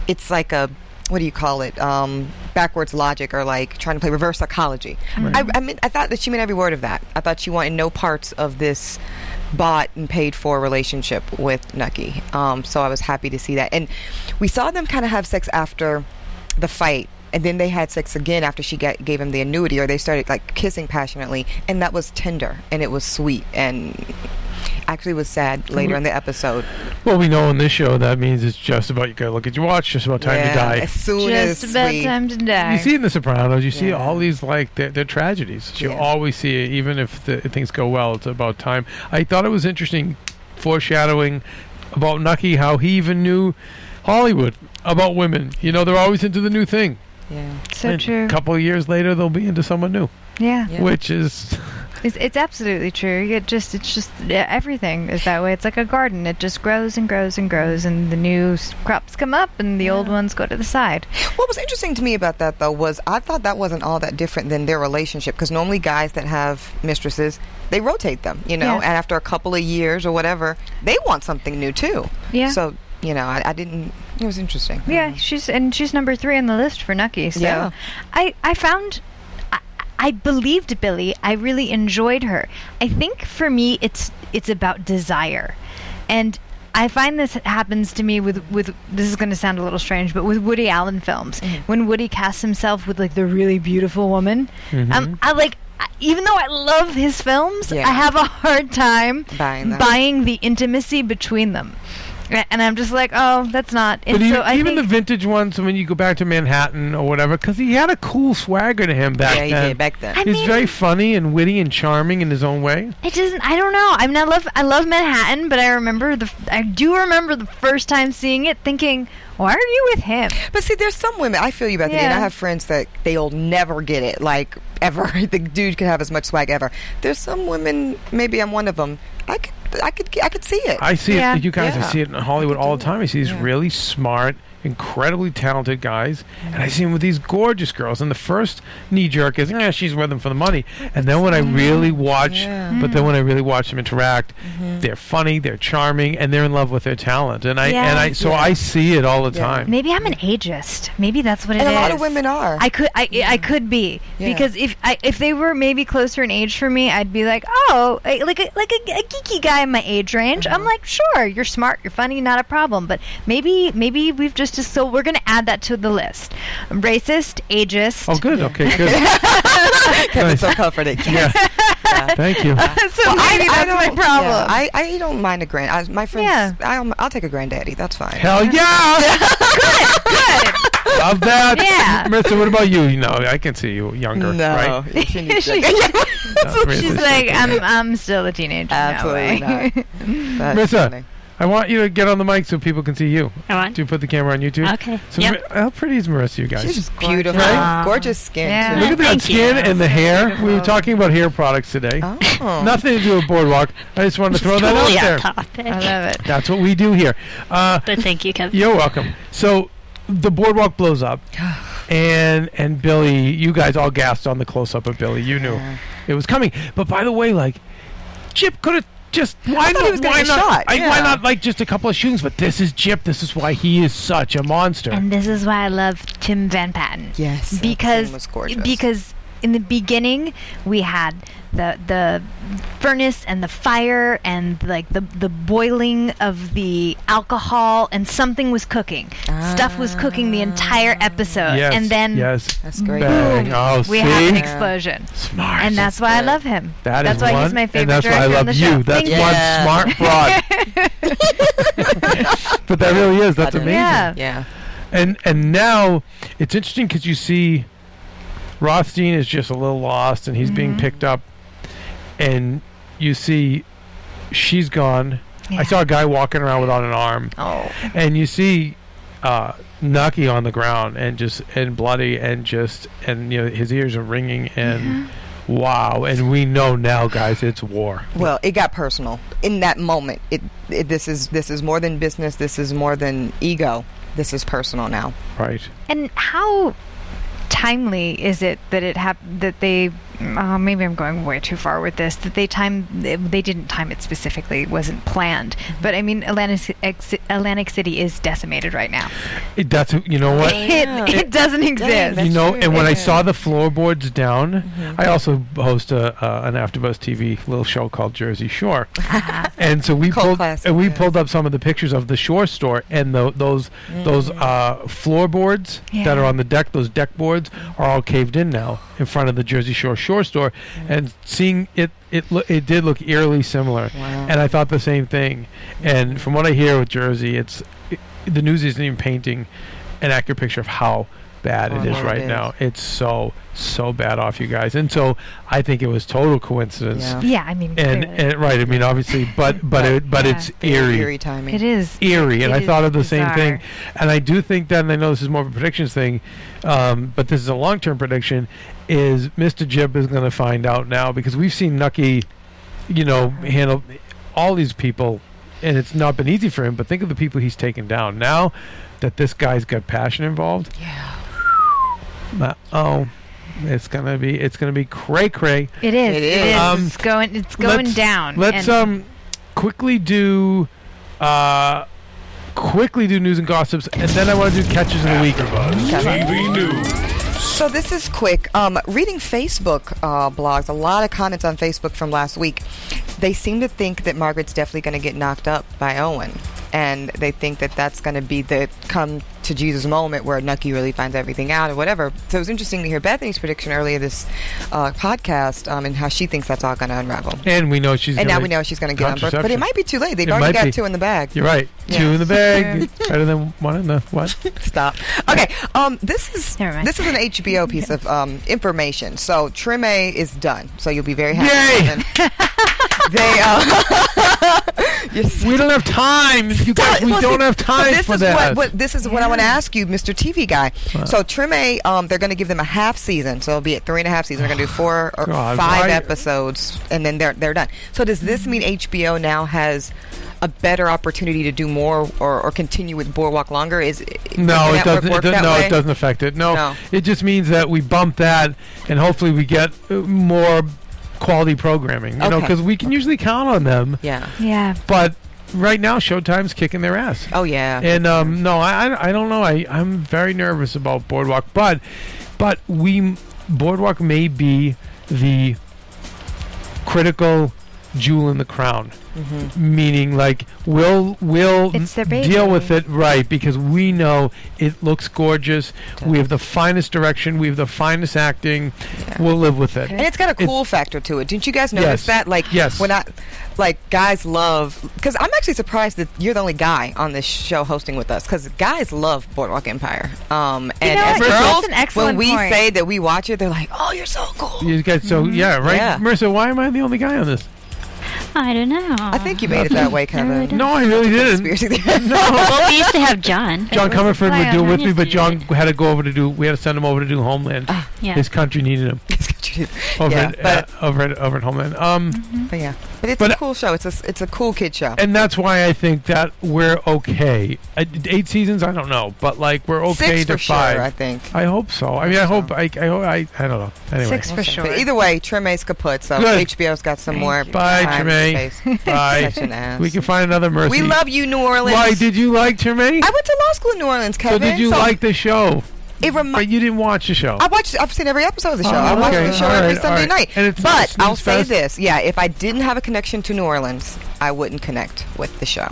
Speaker 4: it's like a what do you call it? Um, backwards logic or like trying to play reverse psychology. I, I mean, I thought that she meant every word of that. I thought she wanted no parts of this bought and paid for relationship with Nucky. Um, so I was happy to see that. And we saw them kind of have sex after the fight. And then they had sex again after she ga- gave him the annuity, or they started like kissing passionately, and that was tender and it was sweet, and actually was sad later
Speaker 2: Mm-hmm.
Speaker 4: in the episode.
Speaker 2: Well, we know on this show that means it's just about you gotta look at your watch, just about time
Speaker 4: Yeah,
Speaker 2: to die.
Speaker 4: As soon
Speaker 3: Just
Speaker 4: as
Speaker 3: about
Speaker 4: we,
Speaker 3: time to die.
Speaker 2: You see in The Sopranos, you see
Speaker 4: Yeah.
Speaker 2: all these like they're, they're tragedies. You
Speaker 4: Yeah.
Speaker 2: always see it, even if the, things go well. It's about time. I thought it was interesting foreshadowing about Nucky how he even knew Hollywood about women. You know, they're always into the new thing.
Speaker 4: Yeah.
Speaker 3: So
Speaker 2: And
Speaker 3: true.
Speaker 2: A couple of years later, they'll be into someone new,
Speaker 3: yeah.
Speaker 4: Yeah.
Speaker 2: which is
Speaker 3: It's, it's absolutely true. It just it's just yeah, everything is that way. It's like a garden. It just grows and grows and grows, and the new s- crops come up, and the old ones go to the side.
Speaker 4: What was interesting to me about that though was I thought that wasn't all that different than their relationship because normally guys that have mistresses they rotate them, you know,
Speaker 3: Yeah.
Speaker 4: and after a couple of years or whatever, they want something new too.
Speaker 3: Yeah.
Speaker 4: So you know, I, I didn't. It was interesting.
Speaker 3: Yeah, she's and she's number three on the list for Nucky. So
Speaker 4: Yeah.
Speaker 3: I I found I, I believed Billy. I really enjoyed her. I think for me it's it's about desire, and I find this happens to me with with this is going to sound a little strange, but with Woody Allen films
Speaker 4: Mm-hmm.
Speaker 3: when Woody casts himself with like the really beautiful woman, um, I like. I- Even though I love his films,
Speaker 4: Yeah.
Speaker 3: I have a hard time
Speaker 4: Buying them.
Speaker 3: buying the intimacy between them, A- and I'm just like, oh, that's not. And
Speaker 2: But even,
Speaker 3: so I
Speaker 2: even the
Speaker 3: think-
Speaker 2: vintage ones, when you go back to Manhattan or whatever, because he had a cool swagger to him back
Speaker 4: yeah, he
Speaker 2: then.
Speaker 4: did back then.
Speaker 3: I
Speaker 2: He's
Speaker 3: mean-
Speaker 2: very funny and witty and charming in his own way.
Speaker 3: It doesn't. I don't know. I mean, I love. I love Manhattan, but I remember the. I do remember the first time seeing it, thinking, "Why are you with him?"
Speaker 4: But see, there's some women I feel you about that, and
Speaker 3: Yeah.
Speaker 4: I have friends that they'll never get it, like ever. the dude could have as much swag ever. There's some women, maybe I'm one of them. I could, I could, I could see it.
Speaker 2: I see
Speaker 3: Yeah.
Speaker 2: it. You guys, I
Speaker 4: Yeah.
Speaker 2: see it in Hollywood all the time. I see these
Speaker 4: Yeah.
Speaker 2: really smart, incredibly talented guys, and I see them with these gorgeous girls. And the first knee jerk is, "Yeah, she's with them for the money." And then when I really watch,
Speaker 4: Mm-hmm. Yeah. Mm-hmm.
Speaker 2: but then when I really watch them interact, they're funny, they're charming, and they're in love with their talent. And I
Speaker 3: Yeah.
Speaker 2: and I so I see it all the
Speaker 4: Yeah.
Speaker 2: time.
Speaker 3: Maybe I'm an ageist. Maybe that's what it is.
Speaker 4: and a lot of women are.
Speaker 3: I could. I. I could be
Speaker 4: Yeah.
Speaker 3: because if I if they were maybe closer in age for me, I'd be like, oh, I- like a, like a, a geeky guy in my age range.
Speaker 4: Uh-huh.
Speaker 3: I'm like, sure, you're smart, you're funny, not a problem. But maybe maybe we've just so we're gonna add that to the list. Racist, ageist.
Speaker 2: Oh, good. Okay, good.
Speaker 4: Kevin's so comforted.
Speaker 2: yeah. Thank you.
Speaker 3: so
Speaker 4: Well, I-
Speaker 3: maybe
Speaker 4: I
Speaker 3: that's my
Speaker 4: don't-
Speaker 3: problem.
Speaker 4: yeah, I, I don't mind a grand. I, my friends,
Speaker 3: Yeah.
Speaker 4: I'll, I'll take a granddaddy. That's fine.
Speaker 2: Hell yeah! Love that.
Speaker 3: Yeah.
Speaker 2: Marissa, what about you? You know, I can see you younger, right?
Speaker 4: she needs
Speaker 3: She-
Speaker 4: that.
Speaker 2: That's what
Speaker 3: She's
Speaker 2: Marissa's
Speaker 3: like,
Speaker 2: thinking.
Speaker 3: I'm, I'm still a teenager.
Speaker 4: Absolutely
Speaker 3: no way."
Speaker 4: not. That's
Speaker 2: Marissa.
Speaker 4: funny.
Speaker 2: I want you to get on the mic so people can see you.
Speaker 6: I want.
Speaker 2: Do you put the camera on YouTube?
Speaker 6: Okay.
Speaker 2: So
Speaker 6: Yep.
Speaker 2: Mar- how pretty is Marissa, you guys?
Speaker 4: She's beautiful,
Speaker 2: Right?
Speaker 4: gorgeous skin.
Speaker 3: Yeah.
Speaker 4: too.
Speaker 2: Look at that
Speaker 6: Thank
Speaker 2: skin
Speaker 6: you.
Speaker 2: and the hair. We were talking about hair products today.
Speaker 4: Oh.
Speaker 2: Nothing to do with Boardwalk. I just wanted to throw that
Speaker 6: totally
Speaker 2: out there.
Speaker 6: off topic.
Speaker 3: I love it.
Speaker 2: That's what we do here. Uh,
Speaker 6: But thank you, Kevin.
Speaker 2: You're welcome. So the boardwalk blows up, and and Billy, you guys all gasped on the close up of Billy. You knew it was coming. But by the way, like Chip could have just why
Speaker 4: thought
Speaker 2: not?
Speaker 4: he was gonna
Speaker 2: why
Speaker 4: get
Speaker 2: not?
Speaker 4: shot,
Speaker 2: I- Why
Speaker 4: yeah.
Speaker 2: not like just a couple of shootings? But this is Chip. This is why he is such a monster.
Speaker 3: And this is why I love Tim Van Patten.
Speaker 4: Yes, that
Speaker 3: because
Speaker 4: scene was gorgeous.
Speaker 3: because in the beginning we had the the furnace and the fire and like the the boiling of the alcohol and something was cooking. Stuff was cooking the entire
Speaker 4: Ah.
Speaker 3: episode,
Speaker 2: yes,
Speaker 3: uh, and then
Speaker 2: yes,
Speaker 4: That's great.
Speaker 2: Bang.
Speaker 3: boom,
Speaker 2: Oh,
Speaker 3: we have an
Speaker 2: see?
Speaker 3: explosion.
Speaker 2: smart.
Speaker 3: And that's why I love him.
Speaker 2: That
Speaker 3: that's
Speaker 2: is
Speaker 3: why
Speaker 2: one,
Speaker 3: he's my favorite
Speaker 2: and that's why I
Speaker 3: director on
Speaker 2: love
Speaker 3: the
Speaker 2: you.
Speaker 3: show.
Speaker 2: That's
Speaker 3: Thank
Speaker 2: one
Speaker 3: you.
Speaker 4: Yeah.
Speaker 2: smart fraud. but that really is. That's
Speaker 4: That is.
Speaker 2: amazing.
Speaker 3: Yeah.
Speaker 4: Yeah.
Speaker 2: and and now it's interesting because you see Rothstein is just a little lost and he's being picked up and you see she's gone
Speaker 3: Yeah.
Speaker 2: I saw a guy walking around without an arm
Speaker 3: Oh.
Speaker 2: and you see uh, Naki on the ground and just and bloody and just and you know his ears are ringing and wow and we know now guys it's war
Speaker 4: Well, it got personal in that moment. It, it this is this is more than business. This is more than ego. This is personal now.
Speaker 2: right
Speaker 3: And how timely is it that it hap- that they uh, maybe I'm going way too far with this that they time they didn't time it specifically it wasn't planned
Speaker 2: Mm-hmm.
Speaker 3: but I mean Atlantic Ci- ex- Atlantic City is decimated right now
Speaker 2: it, that's you know what
Speaker 3: it, it doesn't exist
Speaker 2: you know, and when I
Speaker 4: Yeah.
Speaker 2: saw the floorboards down,
Speaker 3: Mm-hmm.
Speaker 2: I also host a, uh, an AfterBuzz TV little show called Jersey Shore, and so we
Speaker 4: Cult
Speaker 2: pulled
Speaker 4: classic,
Speaker 2: and we
Speaker 4: yeah.
Speaker 2: pulled up some of the pictures of the Shore store and tho- those
Speaker 4: Mm-hmm.
Speaker 2: those uh, floorboards that
Speaker 3: Yeah.
Speaker 2: are on the deck. Those deck boards are all caved in now in front of the Jersey Shore Shore store,
Speaker 4: Mm-hmm.
Speaker 2: and seeing it. It, lo- it did look eerily similar, and I thought the same thing. And from what I hear with Jersey, it's the news isn't even painting an accurate picture of how bad it is
Speaker 4: Horrible it
Speaker 2: right
Speaker 4: is.
Speaker 2: now. It's so so bad off you guys, and so I think it was total coincidence.
Speaker 4: Yeah.
Speaker 3: Yeah, I mean,
Speaker 2: And,
Speaker 3: clearly.
Speaker 2: and right, I mean, obviously, but but it, but
Speaker 3: yeah.
Speaker 2: it's
Speaker 4: Very
Speaker 2: eerie
Speaker 4: eerie timing.
Speaker 3: it is.
Speaker 2: eerie, and
Speaker 3: It
Speaker 2: I
Speaker 3: is
Speaker 2: thought of the same thing.
Speaker 3: bizarre.
Speaker 2: And I do think that, and I know this is more of a predictions thing, um, but this is a long-term prediction. Is Mr. Jib is going to find out now because we've seen Nucky, you know, handle all these people, and it's not been easy for him. But think of the people he's taken down now. That this guy's got passion involved.
Speaker 4: Yeah.
Speaker 2: Uh, oh, it's gonna be it's gonna be cray cray.
Speaker 3: It is. It
Speaker 4: It
Speaker 3: is.
Speaker 4: is.
Speaker 2: Um,
Speaker 3: it's going. It's going
Speaker 2: let's-
Speaker 3: down.
Speaker 2: Let's
Speaker 3: and-
Speaker 2: um quickly do uh quickly do news and gossips and then I want to do catches of the week.
Speaker 8: AfterBuzz TV News.
Speaker 4: So this is quick. Um, reading Facebook uh, blogs, a lot of comments on Facebook from last week. They seem to think that Margaret's definitely going to get knocked up by Owen, and they think that that's going to be the come to Jesus moment where Nucky really finds everything out or whatever. So it was interesting to hear Bethany's prediction earlier this uh, podcast um, and how she thinks that's all going to unravel.
Speaker 2: And we know she's
Speaker 4: and now
Speaker 2: gonna-
Speaker 4: we know she's going to get on birth, but it
Speaker 2: contraception.
Speaker 4: might be too late. They've
Speaker 2: It
Speaker 4: already
Speaker 2: might
Speaker 4: got
Speaker 2: be.
Speaker 4: two in the bag.
Speaker 2: You're right.
Speaker 4: Yeah.
Speaker 2: Two in the bag. Better than one in the what?
Speaker 4: Stop. Okay. Um, this is
Speaker 3: Never mind.
Speaker 4: this is an HBO piece of um, information. So Treme is done. So you'll be very
Speaker 2: Yay!
Speaker 4: happy. Yay! they. Uh, yes.
Speaker 2: We don't have time. You guys, we
Speaker 4: Well, see,
Speaker 2: don't have
Speaker 4: so
Speaker 2: time
Speaker 4: this
Speaker 2: for
Speaker 4: is
Speaker 2: that.
Speaker 4: What, what, this is what I want to ask you, Mr. TV guy. So Treme, um, they're going to give them a half season. So it'll be at three and a half seasons. They're going to do four or
Speaker 2: God,
Speaker 4: five
Speaker 2: why-
Speaker 4: episodes, and then they're they're done. So does this mean HBO now has? A better opportunity to do more or, or continue with Boardwalk longer is
Speaker 2: no, it
Speaker 4: does the network
Speaker 2: doesn't. It
Speaker 4: work
Speaker 2: does,
Speaker 4: that
Speaker 2: no,
Speaker 4: way?
Speaker 2: it doesn't affect it. No,
Speaker 4: No.
Speaker 2: it just means that we bump that, and hopefully we get uh, more quality programming. You know,
Speaker 4: Okay.
Speaker 2: because we can usually count on them.
Speaker 4: Yeah.
Speaker 3: Yeah.
Speaker 2: But right now, Showtime's kicking their ass.
Speaker 4: Oh yeah.
Speaker 2: And um, no, I, I- I don't know. I, I'm very nervous about Boardwalk, but but we Boardwalk may be the critical jewel in the crown. Meaning, like, we'll we'll
Speaker 3: It's their baby.
Speaker 2: deal with it right because we know it looks gorgeous. We have the finest direction. We have the finest acting. We'll live with it.
Speaker 4: and it's got a cool factor to it. Didn't you guys notice
Speaker 2: Yes.
Speaker 4: that? Like
Speaker 2: Yes.
Speaker 4: when I like guys love cuz I'm actually surprised that you're the only guy on this show hosting with us cuz guys love Boardwalk Empire. Um and
Speaker 3: know
Speaker 4: as
Speaker 3: what? That's
Speaker 4: girls
Speaker 3: an excellent
Speaker 4: when we
Speaker 3: point.
Speaker 4: say that we watch it they're like, "Oh, you're so cool."
Speaker 2: You guys, so yeah, right,
Speaker 4: Yeah.
Speaker 2: Marissa. Why am I the only guy on this?
Speaker 6: I don't know.
Speaker 4: I think you made it that way,
Speaker 6: really
Speaker 4: Kevin.
Speaker 6: don't.
Speaker 2: No, I really didn't.
Speaker 4: Conspiracy theory.
Speaker 6: well, we used to have John.
Speaker 2: John Comerford would
Speaker 3: plan.
Speaker 2: do it with me, but
Speaker 6: Yes,
Speaker 2: John
Speaker 6: he
Speaker 2: had to go over to do. We had to send him over to do Homeland.
Speaker 6: yeah.
Speaker 2: His country needed him over
Speaker 4: yeah,
Speaker 2: at,
Speaker 4: but,
Speaker 2: uh, over at over at Homeland. Um,
Speaker 4: but yeah, but it's
Speaker 2: but-
Speaker 4: a cool show. It's a it's a cool kid show.
Speaker 2: and that's why I think that we're okay. I, eight seasons, I don't know, but like we're okay
Speaker 4: Six
Speaker 2: to
Speaker 4: for
Speaker 2: five.
Speaker 4: sure, I think.
Speaker 2: I hope so. I mean, I hope. I I hope, I, I don't know. Anyway,
Speaker 3: Six for sure.
Speaker 4: But either way, Treme's kaput, so
Speaker 2: Good.
Speaker 4: HBO's got some more.
Speaker 2: Bye,
Speaker 4: time
Speaker 2: Treme.
Speaker 4: and space.
Speaker 2: Bye.
Speaker 4: Such an ass.
Speaker 2: we can find another mercy.
Speaker 4: We love you, New Orleans.
Speaker 2: Why did you like Tremaine?
Speaker 4: I went to law school in New Orleans,
Speaker 2: So
Speaker 4: Kevin.
Speaker 2: did you like the show?
Speaker 4: it?
Speaker 2: But
Speaker 4: Remi-
Speaker 2: you didn't watch the show.
Speaker 4: I watched. I've seen every episode of the show.
Speaker 2: Oh,
Speaker 4: I watch
Speaker 2: okay.
Speaker 4: the show
Speaker 2: All
Speaker 4: every
Speaker 2: right, all
Speaker 4: Sunday
Speaker 2: right.
Speaker 4: night.
Speaker 2: And it's not
Speaker 4: but
Speaker 2: snooze
Speaker 4: I'll say
Speaker 2: fest?
Speaker 4: this: yeah, if I didn't have a connection to New Orleans, I wouldn't connect with the show.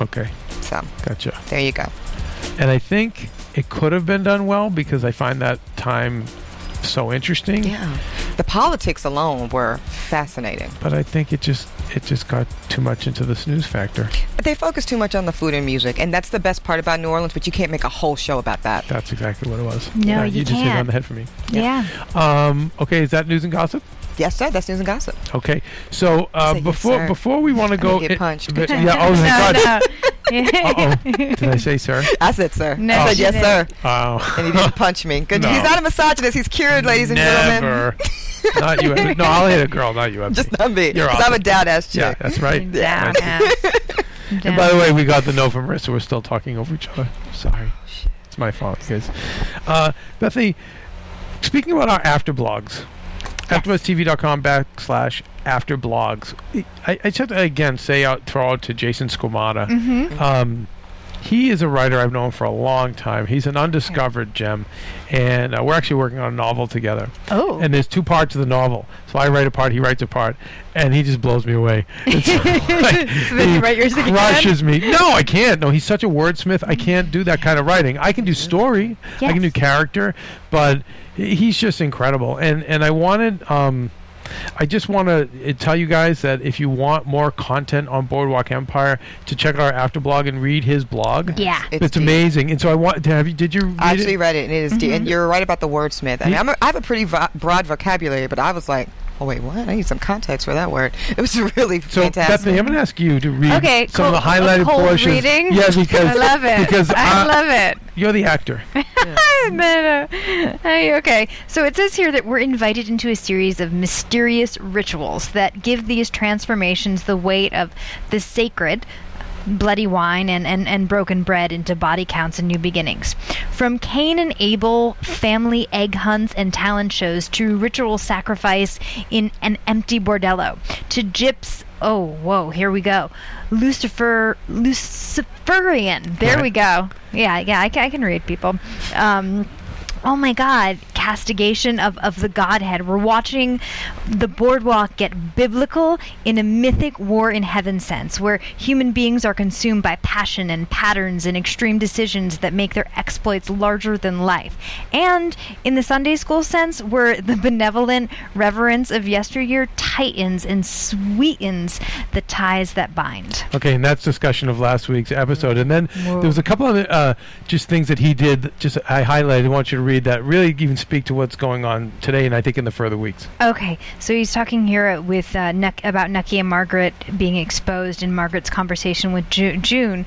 Speaker 2: okay,
Speaker 4: So
Speaker 2: gotcha.
Speaker 4: there you go.
Speaker 2: And I think it could have been done well because I find that time so interesting.
Speaker 4: Yeah, the politics alone were fascinating.
Speaker 2: But I think it just it just got too much into the snooze factor.
Speaker 4: But they focus too much on the food and music, and that's the best part about New Orleans. But you can't make a whole show about that.
Speaker 2: That's exactly what it was.
Speaker 3: No,
Speaker 2: Uh,
Speaker 3: you
Speaker 2: just hit it on
Speaker 3: can't.
Speaker 2: the head for me.
Speaker 3: Yeah.
Speaker 2: Um, okay, is that news and gossip?
Speaker 4: Yes, sir. That's news and gossip.
Speaker 2: Okay, so uh,
Speaker 4: Say yes,
Speaker 2: before
Speaker 4: sir.
Speaker 2: before we want to
Speaker 4: gonna
Speaker 2: go,
Speaker 4: get punched.
Speaker 2: but- yeah. Oh my God.
Speaker 3: no.
Speaker 2: Uh oh. Did I say sir?
Speaker 4: I said, sir.
Speaker 3: No,
Speaker 4: I
Speaker 3: she
Speaker 4: said, yes,
Speaker 3: didn't.
Speaker 4: sir.
Speaker 2: Oh.
Speaker 4: And he didn't punch me. Good.
Speaker 2: No.
Speaker 4: He's not a misogynist. He's cured, ladies and gentlemen.
Speaker 2: Never. not you. Abby. No, I'll hit a girl, not you. Abby.
Speaker 4: Just not me.
Speaker 2: You're
Speaker 4: 'Cause I'm a
Speaker 2: awesome.
Speaker 4: down ass
Speaker 2: yeah,
Speaker 4: chick.
Speaker 2: that's right.
Speaker 3: Down,
Speaker 2: That's-
Speaker 3: ass.
Speaker 2: And
Speaker 3: Down.
Speaker 2: by the way, we got the note from Marissa. We're still talking over each other. Sorry. It's my fault, guys. Uh, Bethany, speaking about our afterblogs, afterbustv.com backslash afterblogs. I, I just, again, say out throw out to Jason Squamata.
Speaker 3: Mm-hmm.
Speaker 2: Um, he is a writer I've known for a long time. He's an undiscovered gem, and uh, we're actually working on a novel together.
Speaker 3: Oh.
Speaker 2: And there's two parts of the novel. So I write a part, he writes a part, and he just blows me away. It's like,
Speaker 3: then
Speaker 2: he
Speaker 3: you write yours again?
Speaker 2: crushes me. No, I can't. No, he's such a wordsmith. I can't do that kind of writing. I can do story. I can do
Speaker 3: Mm-hmm. Yes.
Speaker 2: character, but he- he's just incredible. And and I wanted um, I just want to tell you guys that if you want more content on Boardwalk Empire, to check out our afterblog and read his blog.
Speaker 6: Yeah.
Speaker 2: It's,
Speaker 4: deep.
Speaker 2: amazing. Mm-hmm. And so I want to have you. Did you read
Speaker 4: I actually
Speaker 2: it?
Speaker 4: read it, and it is deep. And you're right about the wordsmith. I mean,
Speaker 2: Mm-hmm.
Speaker 4: I'm a, I have a pretty vo- broad vocabulary, but I was like, oh wait, what? I need some context for that word. It was really
Speaker 2: So
Speaker 4: fantastic.
Speaker 2: Bethany, I'm going to ask you to read
Speaker 5: Okay,
Speaker 2: some of the
Speaker 5: cold-
Speaker 2: highlighted
Speaker 5: cold
Speaker 2: portions.
Speaker 5: reading?
Speaker 2: Yeah, because
Speaker 5: I love it.
Speaker 2: Because
Speaker 5: I
Speaker 2: I-
Speaker 5: love it.
Speaker 2: you're the actor.
Speaker 3: no, no. Hey, okay. So it says here that we're invited into a series of mysterious rituals that give these transformations the weight of the sacred. Bloody wine and, and, and broken bread into body counts and new beginnings. From Cain and Abel family egg hunts and talent shows to ritual sacrifice in an empty bordello to gyps. Oh, whoa, here we go. Lucifer, Luciferian. There we go. Yeah, yeah, I, ca- I can read people. Um, oh my God, castigation of, of the Godhead. We're watching the boardwalk get biblical in a mythic war in heaven sense, where human beings are consumed by passion and patterns and extreme decisions that make their exploits larger than life. And in the Sunday school sense, where the benevolent reverence of yesteryear tightens and sweetens the ties that bind.
Speaker 2: Okay, and that's discussion of last week's episode. And then there was a couple of uh, just things that he did. Just I highlighted. I want you to read that. Really, even speak to what's going on today, and I think in the further weeks.
Speaker 3: Okay, so he's talking here with uh, Nuck about Nucky and Margaret being exposed in Margaret's conversation with Ju- June.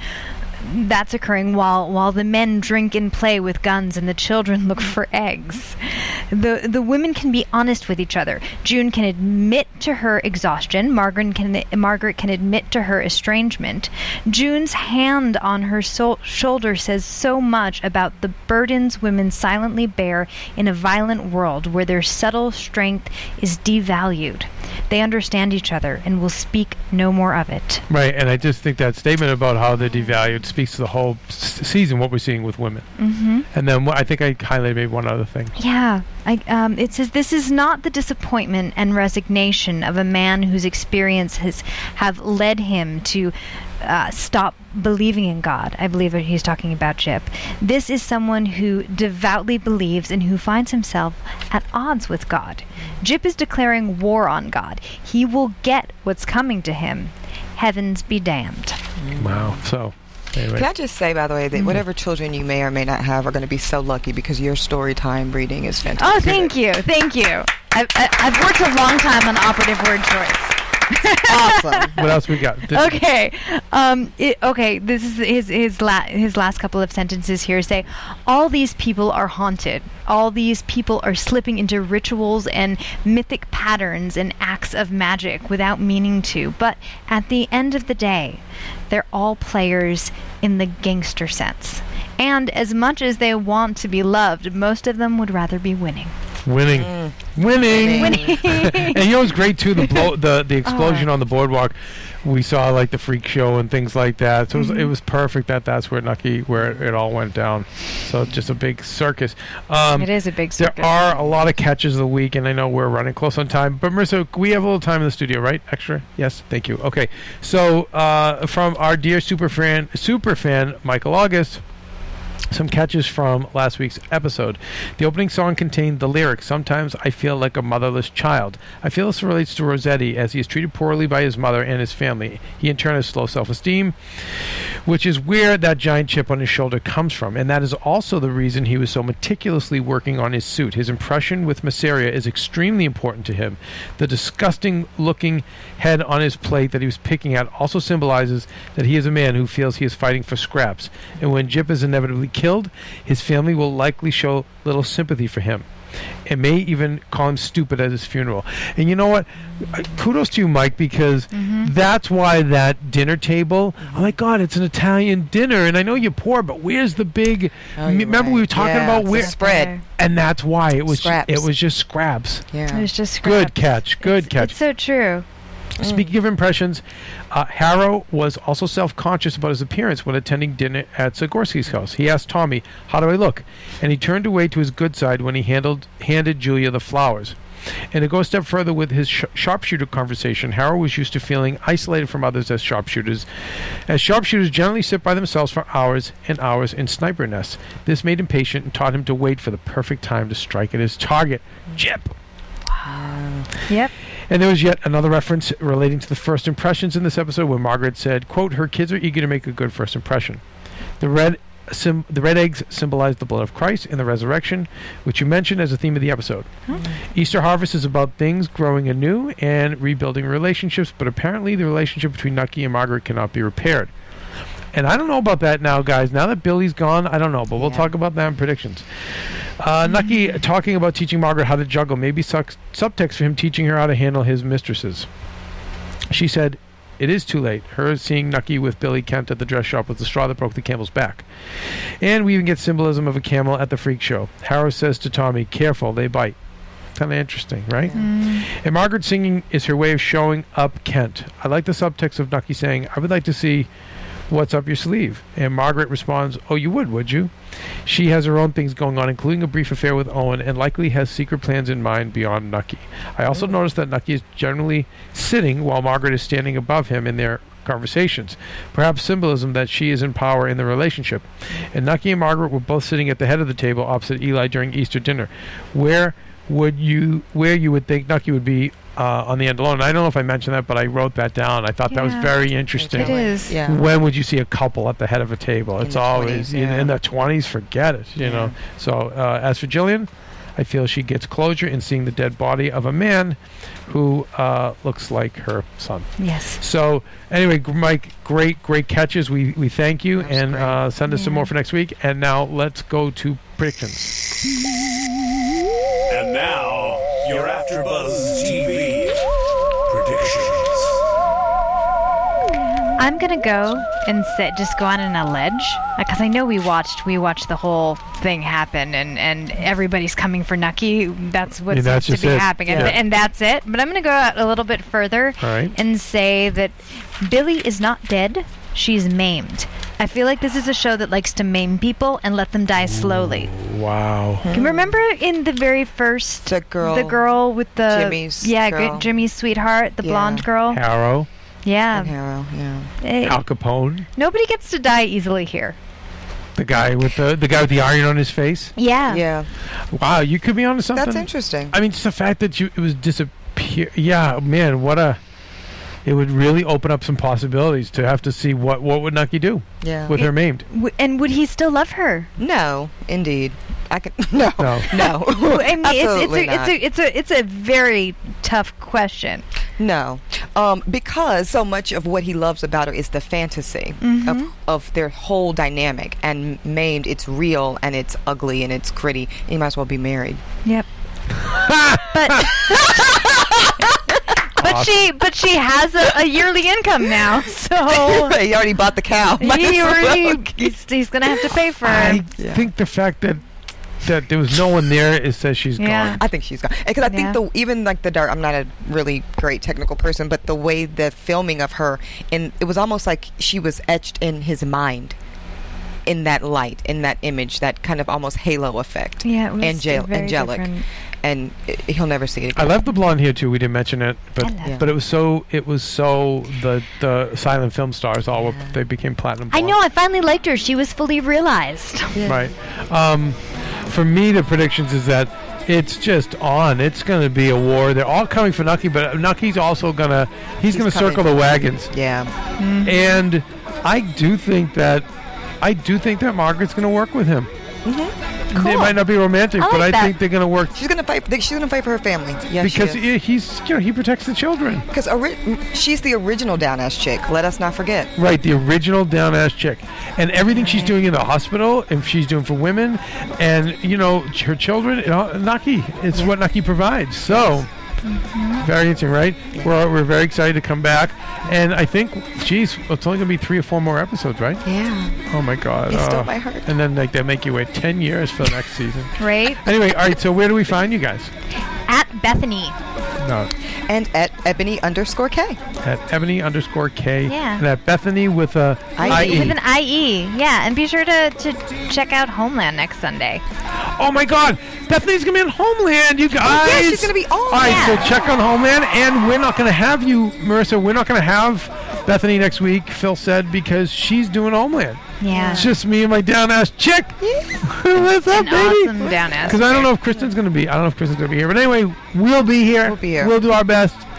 Speaker 3: That's occurring while while the men drink and play with guns and the children look for eggs. The the women can be honest with each other. June can admit to her exhaustion. Margaret can Margaret can admit to her estrangement. June's hand on her so- shoulder says so much about the burdens women silently bear in a violent world where their subtle strength is devalued. They understand each other and will speak no more of it.
Speaker 2: Right, and I just think that statement about how they're devalued speaks to the whole s- season. What we're seeing with women, mm-hmm. and then what, I think I highlighted maybe one other thing.
Speaker 3: Yeah, I, um, it says this is not the disappointment and resignation of a man whose experiences have led him to uh, stop believing in God. I believe that he's talking about Chip. This is someone who devoutly believes and who finds himself at odds with God. Jip is declaring war on God. He will get what's coming to him. Heavens be damned.
Speaker 2: Wow. So anyway,
Speaker 4: Can I just say, by the way, that
Speaker 2: Mm-hmm.
Speaker 4: whatever children you may or may not have are going to be so lucky because your story time reading is
Speaker 3: Oh,
Speaker 4: fantastic.
Speaker 3: thank you, thank you. I've, I- I've worked a long time on operative word choice. Oh,
Speaker 4: awesome.
Speaker 2: what else we got? Did-
Speaker 3: okay. Um, it, okay. This is his his la- his last couple of sentences here. Say, all these people are haunted. All these people are slipping into rituals and mythic patterns and acts of magic without meaning to. But at the end of the day, they're all players in the gangster sense. And as much as they want to be loved, most of them would rather be winning.
Speaker 2: Winning.
Speaker 5: Mm.
Speaker 2: Winning. and you know it's great too the blow the, the explosion on the boardwalk. We saw like the freak show and things like that. So it, was, it was perfect that that's where Nucky where it, it all went down. So it's just a big circus. Um,
Speaker 5: It is a big
Speaker 2: There
Speaker 5: circus.
Speaker 2: are a lot of catches of the week, and I know we're running close on time. But Marissa, we have a little time in the studio, right? Extra? Yes. Thank you. Okay. So uh, from our dear super fan, super fan Michael August. Some catches from last week's episode. The opening song contained the lyrics Sometimes I feel like a motherless child. I feel this relates to Rossetti as he is treated poorly by his mother and his family. He in turn has low self esteem, which is where that giant chip on his shoulder comes from. And that is also the reason he was so meticulously working on his suit. His impression with Masseria is extremely important to him. The disgusting looking head on his plate that he was picking at also symbolizes that he is a man who feels he is fighting for scraps. And when Jip is inevitably killed, his family will likely show little sympathy for him. And may even call him stupid at his funeral. And you know what? Uh, Kudos to you, Mike, because
Speaker 4: Mm-hmm.
Speaker 2: that's why that dinner table. Oh my God, it's an Italian dinner, and I know you're poor, but where's the big?
Speaker 4: Oh,
Speaker 2: m-
Speaker 4: you're
Speaker 2: remember we
Speaker 4: right.
Speaker 2: were talking
Speaker 4: Yeah,
Speaker 2: about
Speaker 4: it's a
Speaker 2: where,
Speaker 4: spread.
Speaker 2: and that's why it was. ju-
Speaker 4: Scraps.
Speaker 2: it was just scraps.
Speaker 4: Yeah.
Speaker 3: It's just
Speaker 2: Good catch. Good catch.
Speaker 3: It's so true.
Speaker 2: Speaking of impressions, uh, Harrow was also self conscious about his appearance when attending dinner at Sigorsky's house. He asked Tommy, How do I look? And he turned away to his good side when he handled, handed Julia the flowers. And to go a step further with his sh- sharpshooter conversation, Harrow was used to feeling isolated from others as sharpshooters, as sharpshooters generally sit by themselves for hours and hours in sniper nests. This made him patient and taught him to wait for the perfect time to strike at his target. Jip!
Speaker 3: Yep.
Speaker 2: And there was yet another reference relating to the first impressions in this episode where Margaret said, quote, her kids are eager to make a good first impression. The red sim- the red eggs symbolize the blood of Christ and the resurrection, which you mentioned as a theme of the episode. Easter harvest is about things growing anew and rebuilding relationships, but apparently the relationship between Nucky and Margaret cannot be repaired. And I don't know about that now, guys. Now that Billy's gone, I don't know, but we'll
Speaker 4: Yeah.
Speaker 2: talk about that in predictions. Uh, Nucky talking about teaching Margaret how to juggle, maybe sucks, subtext for him teaching her how to handle his mistresses. She said, It is too late. Her seeing Nucky with Billy Kent at the dress shop was the straw that broke the camel's back. And we even get symbolism of a camel at the freak show. Harrow says to Tommy, Careful, they bite. Kind of interesting, right? And Margaret singing is her way of showing up Kent. I like the subtext of Nucky saying, I would like to see what's up your sleeve. And Margaret responds, Oh, you would, would you? She has her own things going on, including a brief affair with Owen, and likely has secret plans in mind beyond Nucky. I also noticed that Nucky is generally sitting while Margaret is standing above him in their conversations, perhaps symbolism that she is in power in the relationship. And Nucky and Margaret were both sitting at the head of the table opposite Eli during Easter dinner, where would you where you would think Nucky would be uh, on the end alone. I don't know if I mentioned that, but I wrote that down. I thought that was
Speaker 3: Yeah.
Speaker 2: very interesting
Speaker 3: It is.
Speaker 4: Yeah.
Speaker 2: when would you see a couple at the head of a table?
Speaker 4: In
Speaker 2: it's
Speaker 4: the
Speaker 2: always
Speaker 4: 20s,
Speaker 2: in-
Speaker 4: yeah.
Speaker 2: in the twenties. Forget it. You know. So uh, as for Jillian, I feel she gets closure in seeing the dead body of a man who uh, looks like her son.
Speaker 3: Yes.
Speaker 2: So anyway, gr- Mike, great, great catches. We we thank you
Speaker 4: That was
Speaker 2: and
Speaker 4: great.
Speaker 2: uh, send us some more for next week. And now let's go to predictions.
Speaker 8: And now, your AfterBuzz TV predictions.
Speaker 3: I'm gonna go and sit, just go on an ledge, because I know we watched we watched the whole thing happen, and and everybody's coming for Nucky. That's what's
Speaker 2: Yeah, that's
Speaker 3: supposed to be
Speaker 2: just it.
Speaker 3: happening, and-
Speaker 2: Yeah.
Speaker 3: and that's it. But I'm gonna go out a little bit further
Speaker 2: All right.
Speaker 3: and say that Billy is not dead. She's maimed. I feel like this is a show that likes to maim people and let them die slowly.
Speaker 2: Wow.
Speaker 3: Can you remember in the very first
Speaker 4: The girl-
Speaker 3: the girl with the
Speaker 4: Jimmy's
Speaker 3: yeah,
Speaker 4: girl.
Speaker 3: gr- Jimmy's sweetheart, the
Speaker 4: Yeah.
Speaker 3: blonde girl,
Speaker 2: Harrow,
Speaker 4: And
Speaker 3: yeah.
Speaker 4: Harrow, yeah.
Speaker 3: Eh,
Speaker 2: Al Capone,
Speaker 3: nobody gets to die easily here.
Speaker 2: the guy with the the guy with the iron on his face.
Speaker 3: Yeah.
Speaker 4: Yeah.
Speaker 2: Wow, you could be onto something.
Speaker 4: That's interesting.
Speaker 2: I mean, just the fact that you it was disappear. Yeah, man, what a. It would really open up some possibilities to have to see what what would Nucky do
Speaker 4: Yeah.
Speaker 2: with her maimed.
Speaker 3: W- and would he still love her?
Speaker 4: No, indeed. I can no.
Speaker 2: No.
Speaker 4: No.
Speaker 3: I mean, it's, it's,
Speaker 4: Absolutely
Speaker 3: a, it's,
Speaker 4: not.
Speaker 3: a, it's, a, it's a very tough question.
Speaker 4: No, um, because so much of what he loves about her is the fantasy of, of their whole dynamic. And maimed, it's real and it's ugly and it's gritty. You might as well be married.
Speaker 3: Yep. but but she but she has a, a yearly income now, so
Speaker 4: he already bought the cow. Might as
Speaker 3: Oh. he
Speaker 4: well
Speaker 3: already,
Speaker 4: keep-
Speaker 3: he's, he's gonna have to pay for
Speaker 2: I
Speaker 3: it.
Speaker 4: Yeah.
Speaker 2: think the fact that that there was no one there it says she's
Speaker 3: Yeah.
Speaker 2: gone.
Speaker 4: I think she's gone because I
Speaker 3: Yeah.
Speaker 4: think the even like the dark. I'm not a really great technical person, but the way the filming of her and it was almost like she was etched in his mind, in that light, in that image, that kind of almost halo effect.
Speaker 3: Yeah, it was
Speaker 4: Angel-
Speaker 3: very
Speaker 4: angelic,
Speaker 3: different.
Speaker 4: and uh, he'll never see it.
Speaker 2: I
Speaker 4: Again.
Speaker 2: love the blonde here too. We didn't mention it, but
Speaker 3: I love
Speaker 2: but it was so it was so the the silent film stars all were, they became platinum.
Speaker 6: I
Speaker 2: blonde.
Speaker 6: know. I finally liked her. She was fully realized.
Speaker 2: Right. Um, for me, the predictions is that it's just on. It's going to be a war. They're all coming for Nucky, but Nucky's also going to he's, going to
Speaker 4: coming
Speaker 2: circle
Speaker 4: for
Speaker 2: the wagons.
Speaker 4: yeah,
Speaker 2: And I do think that I do think that Margaret's going to work with him. It
Speaker 3: Cool.
Speaker 2: might not be romantic,
Speaker 6: I
Speaker 2: but
Speaker 6: like
Speaker 2: I
Speaker 6: that.
Speaker 2: think they're going to work
Speaker 4: she's gonna fight. She's gonna fight for her family. Yeah,
Speaker 2: because
Speaker 4: she is.
Speaker 2: he- he's you know he protects the children.
Speaker 4: because ori- she's the original down ass chick. Let us not forget.
Speaker 2: Right, the original down ass chick. And everything
Speaker 4: Mm-hmm.
Speaker 2: she's doing in the hospital, and she's doing for women, and, you know, ch- her children, you know, Naki. It's what Naki provides. So,
Speaker 4: Mm-hmm.
Speaker 2: very interesting, right? We're, we're very excited to come back. And I think, geez, it's only going to be three or four more episodes, right?
Speaker 4: Yeah,
Speaker 2: Oh, my God.
Speaker 4: They stole
Speaker 2: oh.
Speaker 4: my heart.
Speaker 2: And then, like, they make you wait 10 years for the next season.
Speaker 3: Right?
Speaker 2: Anyway, all right, so where do we find you guys?
Speaker 6: At Bethany.
Speaker 2: No,
Speaker 4: and at Ebony underscore K.
Speaker 2: at Ebony underscore K.
Speaker 3: Yeah.
Speaker 2: And at Bethany with a E.
Speaker 4: I-
Speaker 2: IE.
Speaker 3: With an IE, yeah, and be sure to, to check out Homeland next Sunday.
Speaker 2: Oh my God, Bethany's gonna be on Homeland, you guys.
Speaker 4: yeah, she's gonna be on.
Speaker 2: All right,
Speaker 3: Yeah.
Speaker 2: so check on Homeland, and we're not gonna have you, Marissa. We're not gonna have Bethany next week. Phil said because she's doing Homeland.
Speaker 3: Yeah.
Speaker 2: It's just me and my down ass chick. What's up,
Speaker 3: An
Speaker 2: baby?
Speaker 3: awesome down ass.
Speaker 2: Because I don't know if Kristen's gonna be. I don't know if Kristen's gonna be here. But anyway, we'll be here.
Speaker 4: We'll be here.
Speaker 2: We'll do our best.